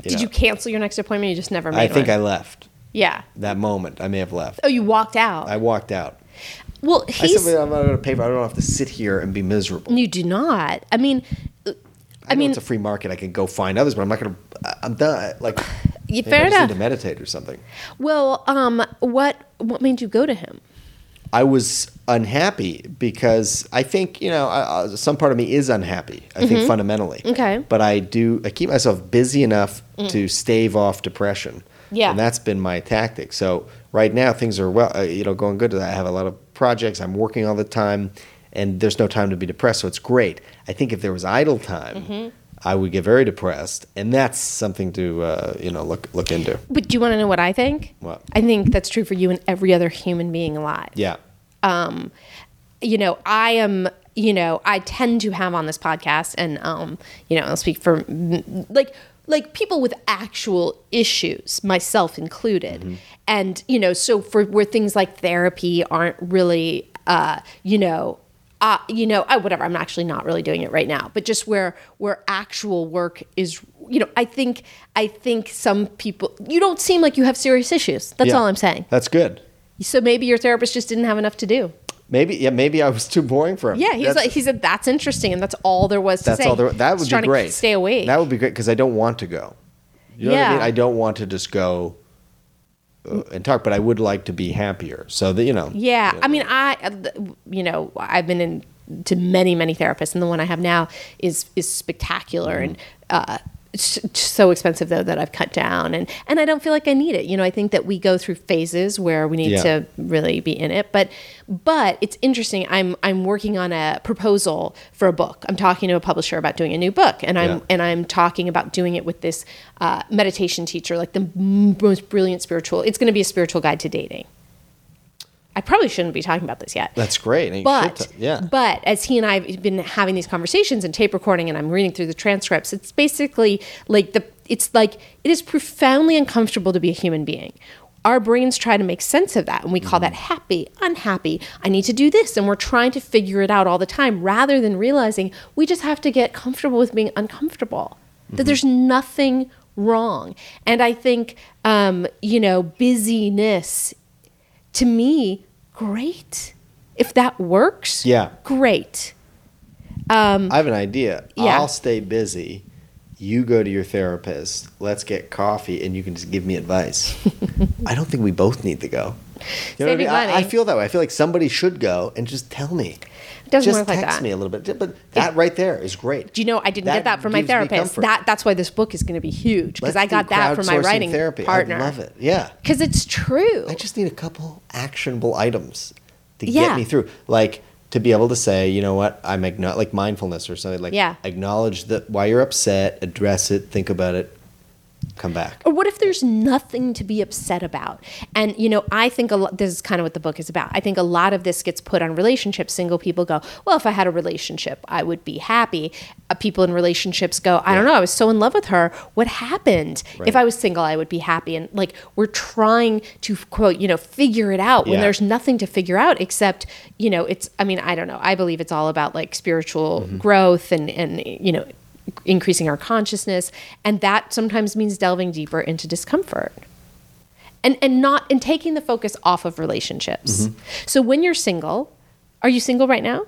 S2: Did
S8: know,
S2: you cancel your next appointment? You just never made
S8: I think
S2: one?
S8: I left.
S2: Yeah.
S8: That moment, I may have left.
S2: Oh, you walked out.
S8: I walked out.
S2: well,
S8: I uh,
S2: he's.
S8: said, "Well, I'm not going to pay for. it. I don't have to sit here and be miserable.
S2: you do not. I mean,
S8: I, know
S2: mean-
S8: it's a free market. I can go find others, but I'm not going to. I'm done. Like,
S2: Yeah,
S8: maybe
S2: fair
S8: I just
S2: enough.
S8: Need to meditate or something.
S2: well, um, what what made you go to him?
S8: I was unhappy because I think you know I, I, some part of me is unhappy. I think fundamentally.
S2: Mm-hmm. Okay. Mm.
S8: But I do. I keep myself busy enough to stave off depression.
S2: Yeah.
S8: And that's been my tactic. So right now things are well, uh, you know, going good. I have a lot of projects. I'm working all the time, and there's no time to be depressed. So it's great. I think if there was idle time.
S2: Mm-hmm.
S8: I would get very depressed, and that's something to uh, you know look look into.
S2: But do you want to know what I think?
S8: What?
S2: I think that's true for you and every other human being alive.
S8: Yeah,
S2: um, you know, I am, you know, I tend to have on this podcast, and um, you know, I'll speak for mm, like like people with actual issues, myself included, and you know, so for where things like therapy aren't really, uh, you know. Uh, you know, I, whatever. I'm actually not really doing it right now, but just where where actual work is, you know, I think I think some people. You don't seem like you have serious issues. That's
S8: Yeah.
S2: all I'm saying.
S8: That's good.
S2: So maybe your therapist just didn't have enough to do.
S8: Maybe yeah, maybe I was too boring for him.
S2: Yeah, he's
S8: That's-
S2: like he said that's interesting, and that's all there was to
S8: that's
S2: say.
S8: all there. That
S2: Just
S8: would
S2: trying
S8: be great.
S2: To stay awake.
S8: That would be great because I don't want to go. You know what I mean?
S2: Yeah.
S8: I don't want to just go uh, and talk, but I would like to be happier. So that you know.
S2: yeah, I mean, I, you know, I've been in to many, many therapists, and the one I have now is is spectacular and. Uh, it's so expensive though that I've cut down and and I don't feel like I need it. You know, I think that we go through phases where we need
S8: Yeah.
S2: to really be in it. But but it's interesting. I'm I'm working on a proposal for a book. I'm talking to a publisher about doing a new book, and I'm
S8: Yeah.
S2: and I'm talking about doing it with this uh, meditation teacher, like the m- most brilliant spiritual. It's going to be a spiritual guide to dating. I probably shouldn't be talking about this yet.
S8: That's great. and you should
S2: But
S8: ta- yeah.
S2: but as he and I have been having these conversations and tape recording, and I'm reading through the transcripts, it's basically like the it's like it is profoundly uncomfortable to be a human being. Our brains try to make sense of that, and we call that
S8: Mm-hmm.
S2: happy, unhappy. I need to do this, and we're trying to figure it out all the time, rather than realizing we just have to get comfortable with being uncomfortable. That
S8: Mm-hmm.
S2: there's nothing wrong, and I think um, you know busyness to me, great. If that works,
S8: Yeah.
S2: great.
S8: I have an idea.
S2: Yeah.
S8: I'll stay busy. You go to your therapist. Let's get coffee, and you can just give me advice. I don't think we both need to go. You know what I
S2: Saving
S8: mean? I,
S2: money.
S8: I feel that way. I feel like somebody should go and just tell me.
S2: It doesn't
S8: just
S2: work like
S8: text
S2: that.
S8: me a little bit. But that right there is great.
S2: Do you know I didn't get that from my
S8: gives me
S2: therapist?
S8: comfort.
S2: That that's why this book is going to be huge because
S8: Let's
S2: I got
S8: do
S2: that from my
S8: crowdsourcing
S2: writing
S8: therapy.
S2: partner.
S8: I love it. Yeah.
S2: Because it's true.
S8: I just need a couple actionable items to
S2: Yeah.
S8: get me through. Like to be able to say, you know what, I'm acknowledge like mindfulness or something like
S2: Yeah.
S8: acknowledge that why you're upset, address it, think about it, come back.
S2: or what if there's nothing to be upset about? And you know, I think a lot. This is kind of what the book is about. I think a lot of this gets put on relationships. Single people go, "Well, if I had a relationship, I would be happy." Uh, people in relationships go, "I don't know. I was so in love with her. What happened? If I was single, I would be happy." And like, we're trying to quote, you know, figure it out when
S8: Yeah.
S2: there's nothing to figure out except, you know, it's. I mean, I don't know. I believe it's all about like spiritual
S8: Mm-hmm.
S2: growth and and you know increasing our consciousness and that sometimes means delving deeper into discomfort and and not and taking the focus off of relationships
S8: Mm-hmm.
S2: so when you're single are you single right now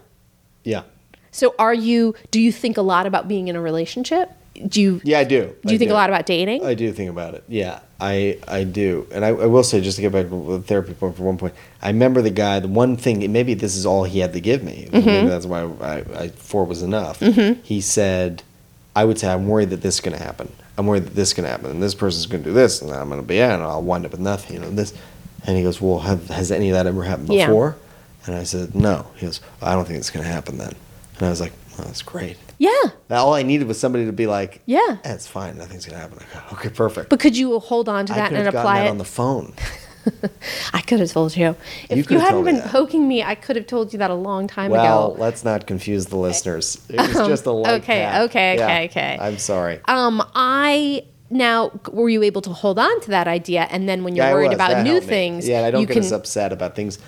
S8: Yeah.
S2: so are you do you think a lot about being in a relationship do you
S8: Yeah, I do.
S2: do you
S8: I
S2: think a lot about dating
S8: I do think about it. Yeah, I I do, and I, I will say just to get back to the therapy point for one point. I remember the guy. The one thing, and maybe this is all he had to give me. Maybe that's why I, I four was enough. He said, "I would say I'm worried that this is going to happen. I'm worried that this is going to happen, and this person's going to do this, and I'm going to be out, and I'll wind up with nothing. You know this." And he goes, "Well, have, has any of that ever happened
S2: Yeah.
S8: before?" And I said, "No." He goes, "I don't think it's going to happen then." And I was like, oh, "That's great."
S2: yeah
S8: Now, all I needed was somebody to be like,
S2: Yeah.
S8: it's fine. Nothing's gonna happen." I go, okay, perfect.
S2: but could you hold on to
S8: I
S2: that
S8: could
S2: and
S8: have gotten
S2: apply
S8: that
S2: it
S8: on the phone.
S2: i could have told you
S8: You
S2: if
S8: could
S2: you, hadn't
S8: have told me
S2: been
S8: that.
S2: poking me i could have told you that a long time
S8: Well,
S2: ago
S8: let's not confuse the listeners. It was just a light
S2: okay,
S8: tap.
S2: okay, okay, okay.
S8: I'm sorry.
S2: Um, I now were you able to hold on to that idea, and then when you're
S8: Yeah, I
S2: worried
S8: was.
S2: about
S8: That
S2: new
S8: helped me.
S2: things,
S8: Yeah, and I don't
S2: you
S8: get
S2: can.
S8: as upset about things.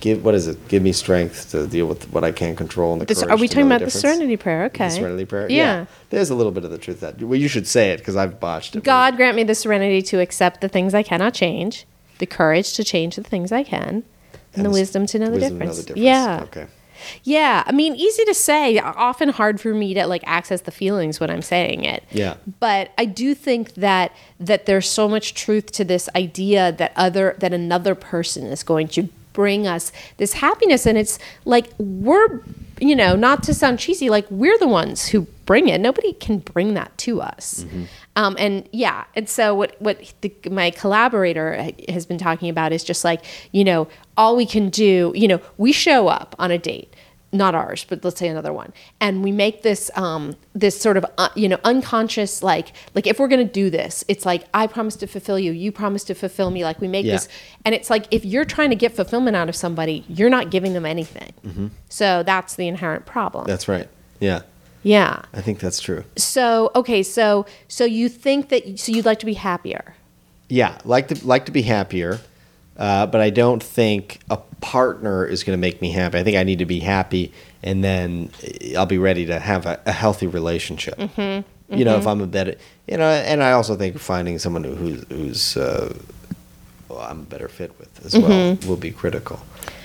S8: Give what is it? Give me strength to deal with what I can't control. And the
S2: This-
S8: courage
S2: are we
S8: to
S2: talking
S8: know
S2: about the
S8: difference.
S2: Serenity Prayer? Okay.
S8: The serenity prayer.
S2: Yeah.
S8: Yeah. there's a little bit of the truth that. Well, you should say it because I've botched it.
S2: God grant me the serenity to accept the things I cannot change, the courage to change the things I can, and, the,
S8: the s-
S2: wisdom to know the
S8: Wisdom to know
S2: difference.
S8: the
S2: Yeah,
S8: Okay.
S2: yeah. I mean, easy to say, often hard for me to like access the feelings when I'm saying it.
S8: Yeah.
S2: but I do think that that there's so much truth to this idea that other that another person is going to bring us this happiness and it's like we're you know not to sound cheesy like we're the ones who bring it nobody can bring that to us um, and yeah and so what what the, my collaborator ha- has been talking about is just like you know all we can do you know we show up on a date not ours, but let's say another one, and we make this um, this sort of uh, you know unconscious like like if we're gonna do this, it's like I promise to fulfill you, you promise to fulfill me. Like we make
S8: Yeah.
S2: this, and it's like if you're trying to get fulfillment out of somebody, you're not giving them anything. So that's the inherent problem.
S8: Mm-hmm. That's right. Yeah.
S2: yeah.
S8: I think that's true.
S2: So okay, so so you think that so you'd like to be happier.
S8: Yeah, like to like to be happier, uh, but I don't think a partner is going to make me happy. I think I need to be happy, and then eh, I'll be ready to have a, a healthy relationship.
S2: Mm-hmm,
S8: You know, if I'm a better, you know, and I also think finding someone who, who's who's uh, well, I'm a better fit with as well will be critical.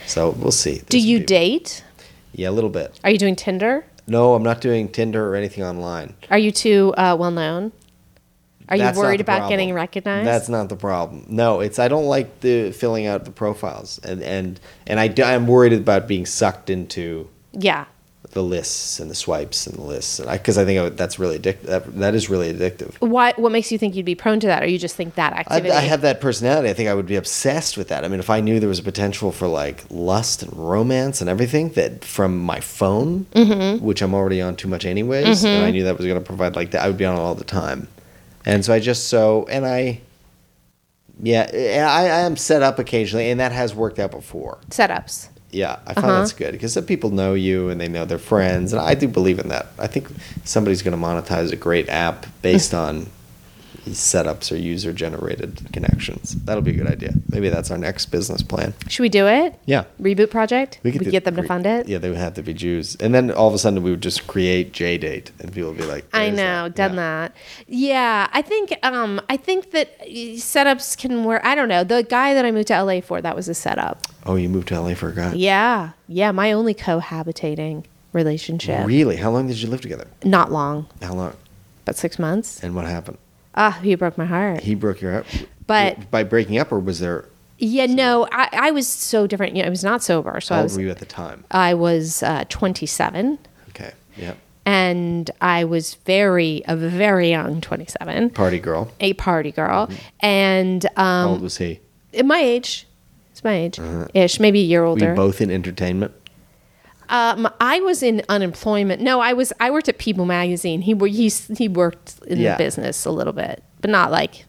S8: So we'll see.
S2: Mm-hmm. Do
S8: There's
S2: you
S8: people-
S2: date?
S8: Yeah, a little bit.
S2: Are you doing Tinder?
S8: No, I'm not doing Tinder or anything online.
S2: Are you too uh, well known? Are
S8: That's
S2: you
S8: not
S2: worried
S8: the
S2: about getting
S8: problem.
S2: recognized?
S8: That's not the problem. No, it's I don't like the filling out the profiles, and and and I do, I'm worried about being sucked into
S2: yeah.
S8: the lists and the swipes and the lists, and because I, think I would- that's really addic- that, that is really addictive.
S2: Why? What makes you think you'd be prone to that, or you just think that
S8: I,
S2: activity?
S8: I have that personality. I think I would be obsessed with that. I mean, if I knew there was a potential for like lust and romance and everything that from my phone, which I'm already on too much anyways, and I knew that was going to provide like that, I would be on it all the time. And so I just so and I, yeah, I, I am set up occasionally, and that has worked out before.
S2: setups.
S8: Yeah, I
S2: Uh-huh.
S8: find that's good because people know you and they know their friends, and I do believe in that. I think somebody's going to monetize a great app based on setups or user generated connections. That'll be a good idea. Maybe that's our next business plan.
S2: Should we do it?
S8: Yeah.
S2: Reboot project. We,
S8: do-
S2: get them to
S8: re-
S2: fund it.
S8: Yeah, they would have to be Jews, and then all of a sudden we would just create J date, and people would be like,
S2: I
S8: "There's
S2: know,
S8: that."
S2: done
S8: uh, Yeah.
S2: that. Yeah, I think um, I think that uh, setups can work. I don't know. The guy that I moved to LA for, that was a setup.
S8: Oh, you moved to LA for a guy.
S2: Yeah, yeah. My only cohabitating relationship.
S8: Really? How long did you live together?
S2: Not long,
S8: How long?
S2: but six months.
S8: And what happened?
S2: Ah, he broke my heart.
S8: He broke your up,
S2: But-
S8: by breaking up, or was there?
S2: yeah, no, I, I was so different. You know, I was not sober, so
S8: How
S2: I
S8: old
S2: was
S8: were you at the time?
S2: I was uh, 27,
S8: Okay. Yeah.
S2: and I was very a very young 27,
S8: Party girl.
S2: a party girl, and um,
S8: Mm-hmm. How old was he?
S2: at my age, it's my age ish, maybe a year
S8: Were you
S2: older.
S8: both in entertainment?
S2: Um, I was in unemployment. No, I was I worked at People Magazine. He wor- he s- he worked in
S8: Yeah.
S2: the business a little bit, but not like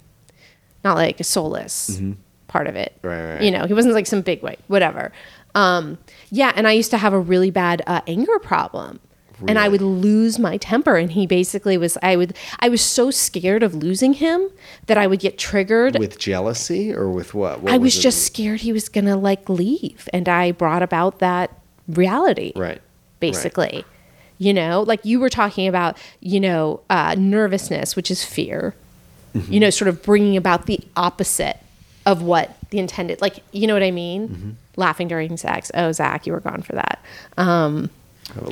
S2: not like a soulless part of it.
S8: Mm-hmm. Right, right,
S2: You know, he wasn't like some big wig, whatever. Um, yeah, and I used to have a really bad uh, anger problem. And I would lose my temper, and he basically was. I would. I was so scared of losing him that I would get triggered
S8: With jealousy or with what? What
S2: I was
S8: it?
S2: just scared he was gonna like leave, and I brought about that reality.
S8: Right.
S2: Basically, you know, like you were talking about, you know, uh, nervousness, which is fear.
S8: Mm-hmm.
S2: You know, sort of bringing about the opposite of what the intended. Like, you know what I mean?
S8: Mm-hmm.
S2: Laughing during sex. Oh, Zach, you were gone for that. Um,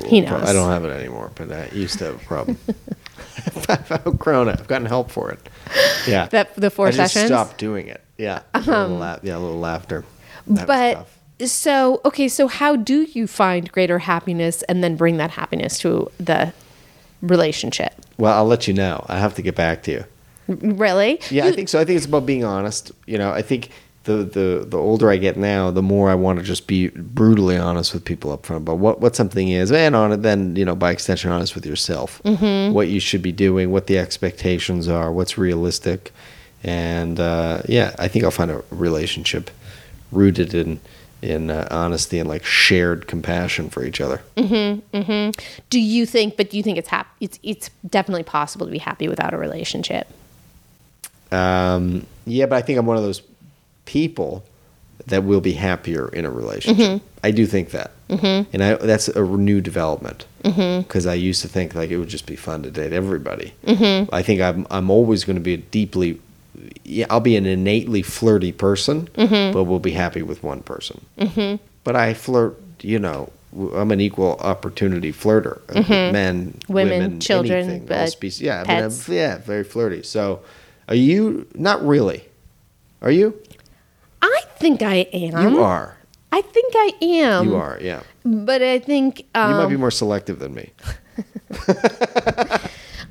S2: he knows.
S8: I don't have it anymore, but I used to have a problem. I've grown up. I've gotten help for it. Yeah.
S2: That- the four
S8: I just
S2: sessions? Um,
S8: stopped doing it. Yeah. a little la- yeah, a little laughter. That was
S2: but
S8: tough.
S2: so okay so how do you find greater happiness and then bring that happiness to the relationship
S8: Well, I'll let you know. I have to get back to you.
S2: really
S8: Yeah, I think so. I think it's about being honest. You know, I think the the the older I get now, the more I want to just be brutally honest with people up front about what what something is, and on it, then you know, by extension, honest with yourself, what you should be doing, what the expectations are, what's realistic, and uh, yeah, I think I'll find a relationship rooted in in uh, honesty and like shared compassion for each other.
S2: do you think but do you think it's hap- it's it's definitely possible to be happy without a relationship
S8: Um, yeah, but I think I'm one of those people that will be happier in a relationship. I do think that, mm-hmm. and I, that's a new development because I used to think like it would just be fun to date everybody. Mm-hmm. I think I'm I'm always going to be a deeply, yeah, I'll be an innately flirty person, but we'll be happy with one person. Mm-hmm. But I flirt, you know. w- I'm an equal opportunity flirter. Men,
S2: Women,
S8: women,
S2: children,
S8: anything, all
S2: uh,
S8: species. Yeah, I mean,
S2: pets.
S8: I'm yeah, very flirty. So, are you not really? Are you?
S2: i think i am
S8: you are.
S2: i think i am
S8: you are. Yeah.
S2: but i think
S8: You
S2: um,
S8: might be more selective than me.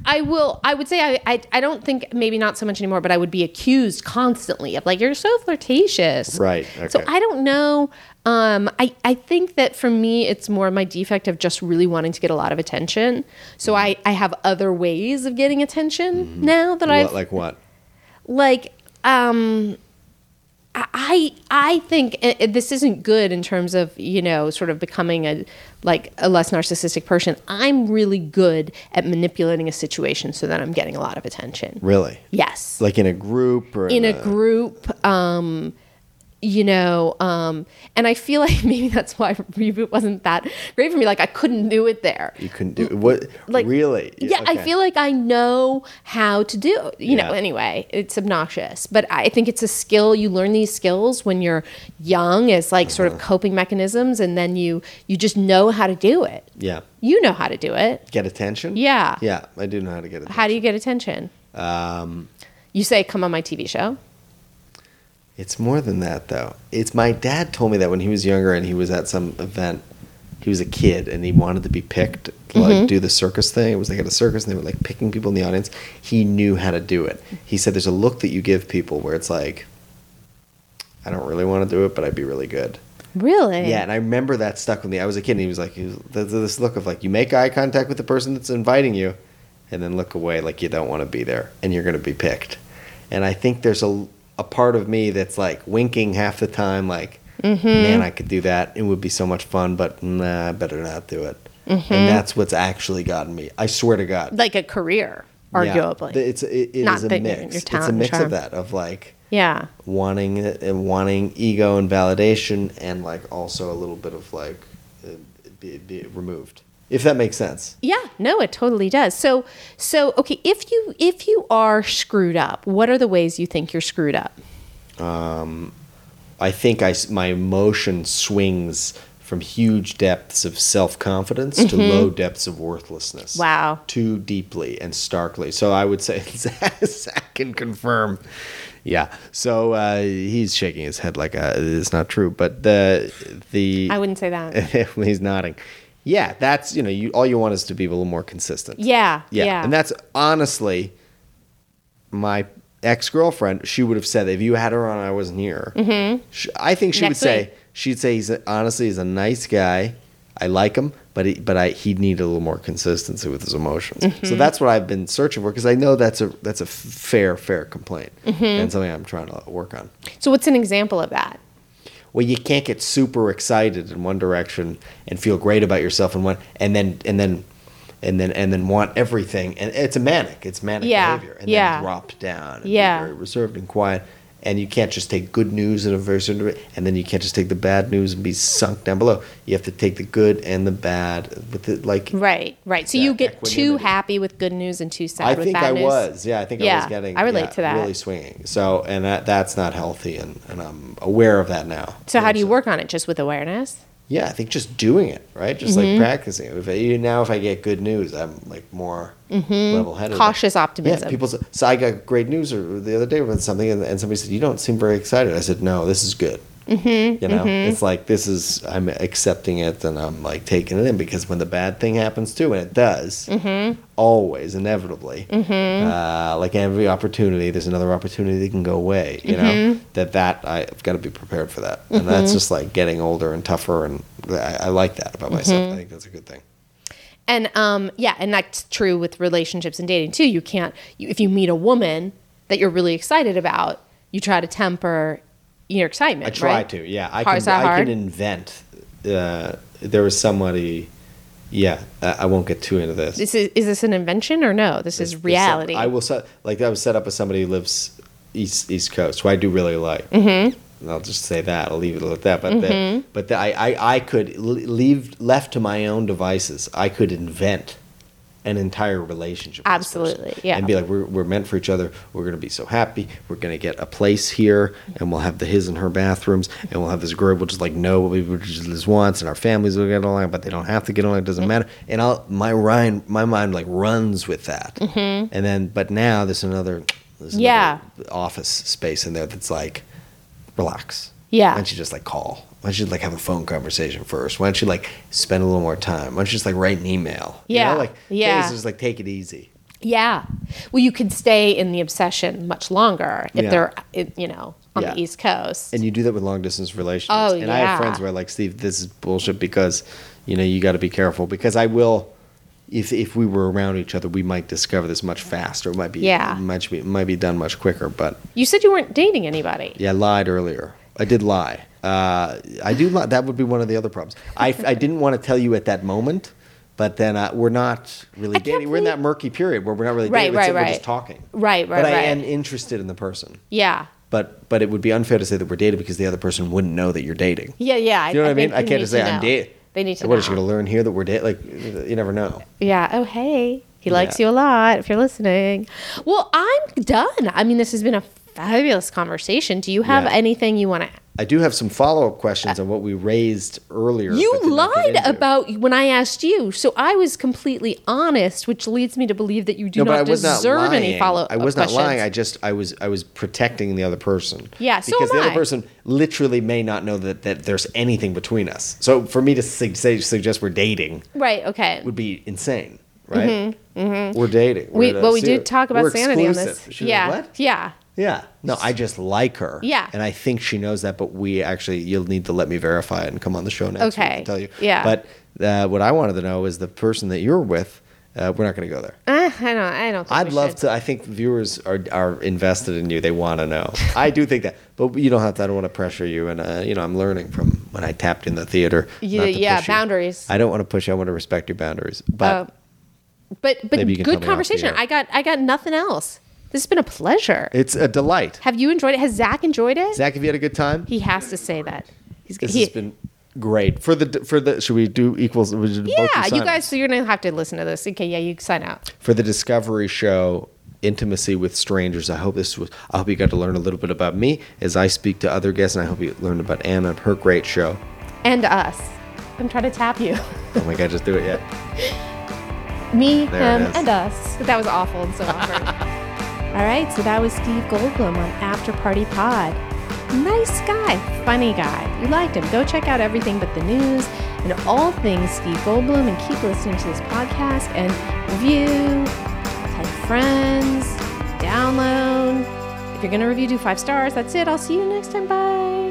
S2: I will. I would say I, I. I don't think maybe not so much anymore, but I would be accused constantly of like you're so flirtatious.
S8: Right,
S2: So
S8: okay.
S2: I don't know. Um, I, I think that for me, it's more my defect of just really wanting to get a lot of attention.
S8: Mm.
S2: So I, I have other ways of getting attention
S8: Mm-hmm.
S2: now that I've
S8: What, like what?
S2: like um i i think and- and this isn't good in terms of you know sort of becoming a like a less narcissistic person i'm really good at manipulating a situation so that i'm getting a lot of attention
S8: Really?
S2: yes
S8: Like uh, in a group or
S2: in a group um you know um and i feel like maybe that's why reboot wasn't that great for me like i couldn't do it there
S8: You couldn't do what?
S2: like
S8: really?
S2: yeah i
S8: okay.
S2: feel like i know how to do it, you know
S8: Yeah.
S2: anyway it's obnoxious but i think it's a skill you learn these skills when you're young as like sort
S8: Uh-huh.
S2: of coping mechanisms and then you you just know how to do it
S8: Yeah.
S2: you know how to do it
S8: Get attention.
S2: Yeah.
S8: Yeah, I do know how to get attention.
S2: how do you get attention
S8: Um,
S2: you say come on my tv show
S8: It's more than that, though. It's my dad told me that when he was younger and he was at some event. He was a kid and he wanted to be picked to like
S2: Mm-hmm.
S8: do the circus thing. It was like at a circus and they were like picking people in the audience. He knew how to do it. He said there's a look that you give people where it's like, I don't really want to do it, but I'd be really good.
S2: really
S8: Yeah, and I remember that stuck with me. I was a kid, and he was like, he was, there's this look of like, you make eye contact with the person that's inviting you, and then look away like you don't want to be there, and you're going to be picked. And I think there's a, a part of me that's like winking half the time, like,
S2: Mm-hmm.
S8: man, I could do that. It would be so much fun, but nah, I better not do it.
S2: Mm-hmm.
S8: And that's what's actually gotten me. I swear to God.
S2: like a career
S8: Yeah.
S2: arguably
S8: Th- it's it, it
S2: Not
S8: is a
S2: that your-
S8: mix.
S2: your
S8: it's
S2: talent
S8: a
S2: and
S8: mix
S2: charm.
S8: of that of like
S2: yeah
S8: wanting it and wanting ego and validation and like also a little bit of like uh, be, be removed if that makes sense
S2: Yeah, no, it totally does. So, so okay, if you if you are screwed up, what are the ways you think you're screwed up?
S8: i think i s- my emotion swings from huge depths of self-confidence to low depths of worthlessness
S2: Mm-hmm. Wow.
S8: too deeply and starkly so i would say zach can confirm yeah so uh, he's shaking his head like uh it's not true but the the
S2: I wouldn't say that.
S8: he's nodding. Yeah, that's you know, you all you want is to be a little more consistent.
S2: Yeah, yeah.
S8: And that's honestly my ex girlfriend. She would have said that if you had her on, I wasn't here. Mm-hmm. She, I think she
S2: Next
S8: would say
S2: week.
S8: she'd say he's a, honestly he's a nice guy. I like him, but he, but I he'd need a little more consistency with his emotions. So that's what I've been searching for because I know that's a that's a fair fair complaint and something I'm trying to work on.
S2: So, what's an example of that?
S8: Well, you can't get super excited in one direction and feel great about yourself in one, and then and then and then and then want everything, and it's a manic, it's manic
S2: Yeah,
S8: behavior, and
S2: yeah.
S8: then drop down, and
S2: Yeah.
S8: be very reserved and quiet, and you can't just take good news and averse into it, and then you can't just take the bad news and be sunk down below. You have to take the good and the bad with it, like
S2: Right, right. So
S8: Yeah,
S2: you get too
S8: equanimity.
S2: happy with good news and too sad
S8: I
S2: with
S8: think
S2: bad
S8: I
S2: news.
S8: was. Yeah, I think I
S2: Yeah,
S8: was getting.
S2: I relate
S8: yeah,
S2: to that.
S8: Really swinging. So, and that that's not healthy, and, and I'm aware of that now.
S2: So how do you
S8: So-
S2: work on it? Just with awareness.
S8: yeah, I think just doing it, right? Just like practicing. If I, now, if I get good news, I'm like more level-headed,
S2: Cautious
S8: Yeah,
S2: optimism.
S8: people. say- So I got great news or the other day about something, and, and somebody said, "You don't seem very excited." I said, "No, this is good." Mm-hmm, you know, it's like this is I'm accepting it and I'm like taking it in because when the bad thing happens too, and it does, always inevitably, uh, like every opportunity, there's another opportunity that can go away. You know
S2: Mm-hmm.
S8: that that I've got to be prepared for that, and that's just like getting older and tougher, and I, I like that about
S2: Mm-hmm.
S8: myself. I think that's a good thing.
S2: And um, yeah, and that's true with relationships and dating too. You can't you, if you meet a woman that you're really excited about, you try to temper your excitement.
S8: I try
S2: right?
S8: to. Yeah, I
S2: Hard-
S8: can.
S2: is that
S8: I
S2: hard?
S8: can invent. Uh, there was somebody. Yeah, I, I won't get too into this.
S2: This is, is this an invention or no? This is
S8: There's some-
S2: reality.
S8: I will set like I was set up with somebody who lives east East Coast, who I do really like.
S2: Mm-hmm.
S8: And I'll just say that. I'll leave it at that. But the, but the, I, I I could l- leave left to my own devices. I could invent an entire relationship. with this person
S2: Absolutely, yeah.
S8: And be like, we're, we're meant for each other. We're going to be so happy. We're going to get a place here, and we'll have the his and her bathrooms, and we'll have this group. We'll just like know what we what each other's wants, and our families will get along, but they don't have to get along. It doesn't matter. And I'll my Ryan, my mind like runs with that. And then, but now there's another, there's
S2: Mm-hmm. Yeah.
S8: another office space in there that's like, relax.
S2: Yeah.
S8: Why don't you just like call? Why don't you like have a phone conversation first? Why don't you like spend a little more time? Why don't you just like write an email? You know,
S2: Yeah.
S8: like
S2: Yeah.
S8: things just like take it easy.
S2: Yeah. Well, you could stay in the obsession much longer if
S8: Yeah.
S2: they're, i- you know, on
S8: Yeah.
S2: the East Coast.
S8: And you do that with long distance relationships.
S2: Oh,
S8: and I have
S2: yeah.
S8: friends where like, Steve, this is bullshit because, you know, you got to be careful because I will. If, if we were around each other, we might discover this much faster. It might be
S2: Yeah.
S8: much be, might be done much quicker. But
S2: you said you weren't dating anybody.
S8: yeah, I lied earlier. I did lie. Uh, I do lie. That would be one of the other problems. I, I didn't want to tell you at that moment, but then uh, we're not really
S2: can't
S8: dating. We're in
S2: believe-
S8: that murky period where we're not really
S2: Right,
S8: dating.
S2: right,
S8: It's- We're
S2: right.
S8: just talking.
S2: Right, right,
S8: But I
S2: right.
S8: am interested in the person.
S2: Yeah.
S8: But but it would be unfair to say that we're dating because the other person wouldn't know that you're dating.
S2: Yeah, yeah.
S8: You know what I,
S2: think
S8: mean? I
S2: they
S8: can't
S2: need
S8: just
S2: to
S8: say I'm
S2: know.
S8: dating.
S2: They need to
S8: What
S2: know.
S8: is she going to learn here that we're dating? Like you never know.
S2: Yeah. Oh, hey. He likes you a lot if you're listening. Well, I'm done. I mean, this has been a fabulous conversation. Do you have
S8: Yeah.
S2: anything you want to
S8: I do have some follow up questions on what we raised earlier.
S2: You
S8: but did not get
S2: lied
S8: into.
S2: about when I asked you, so I was completely honest, which leads me to believe that you do not deserve any
S8: lying.
S2: follow up.
S8: I was not lying. I just I was I was protecting the other person.
S2: Yeah, so
S8: because
S2: am
S8: the other
S2: I.
S8: person literally may not know that, that there's anything between us. So for me to sug- say, suggest we're dating
S2: right. Okay.
S8: would be insane, right? We're dating.
S2: Mm-hmm, we
S8: We're-
S2: well, we do
S8: serious.
S2: talk about
S8: We're
S2: sanity on this.
S8: exclusive. She's like,
S2: Yeah.
S8: what?
S2: Yeah.
S8: Yeah. No, I just like her.
S2: Yeah.
S8: And I think she knows that, but we actually, you'll need to let me verify it and come on the show next week
S2: Okay.
S8: to tell you.
S2: Yeah.
S8: But uh, what I wanted to know is the person that you're with, uh, we're not going to go there.
S2: Uh, I don't. I don't. Think
S8: I'd
S2: we
S8: love
S2: should.
S8: to. I think viewers are, are invested in you. They want to know. I do think that, but you don't have to. I don't want to pressure you. And uh, you know, I'm learning from when I tapped in the theater.
S2: Yeah,
S8: not to
S2: yeah,
S8: push you.
S2: boundaries.
S8: I don't want to push you. I want to respect your boundaries. But
S2: Uh, But but
S8: Maybe you can tell
S2: good
S8: me off the
S2: conversation.
S8: air.
S2: I got I got nothing else. This has been a pleasure.
S8: it's a delight.
S2: Have you enjoyed it? Has Zach enjoyed it?
S8: Zach, have you had a good time?
S2: He has to say that. He's
S8: This
S2: he,
S8: has been great for the for the. Should we do equals? we should both do
S2: Yeah, you
S8: sign-offs?
S2: guys. So you're gonna have to listen to this. Okay. Yeah, you sign out.
S8: for the Discovery Show intimacy with strangers. I hope this was. I hope you got to learn a little bit about me as I speak to other guests, and I hope you learned about Anna and her great show.
S2: And us. I'm trying to tap you.
S8: Oh my God, just do it yet.
S2: Me,
S8: There it
S2: him,
S8: is.
S2: and us. That was awful and so awkward. All right, so that was Steve Goldblum on After Party Pod. Nice guy, funny guy. You liked him. Go check out everything but the news and all things Steve Goldblum and keep listening to this podcast and review, tell your friends, download. If you're going to review, do five stars. That's it. I'll see you next time. Bye.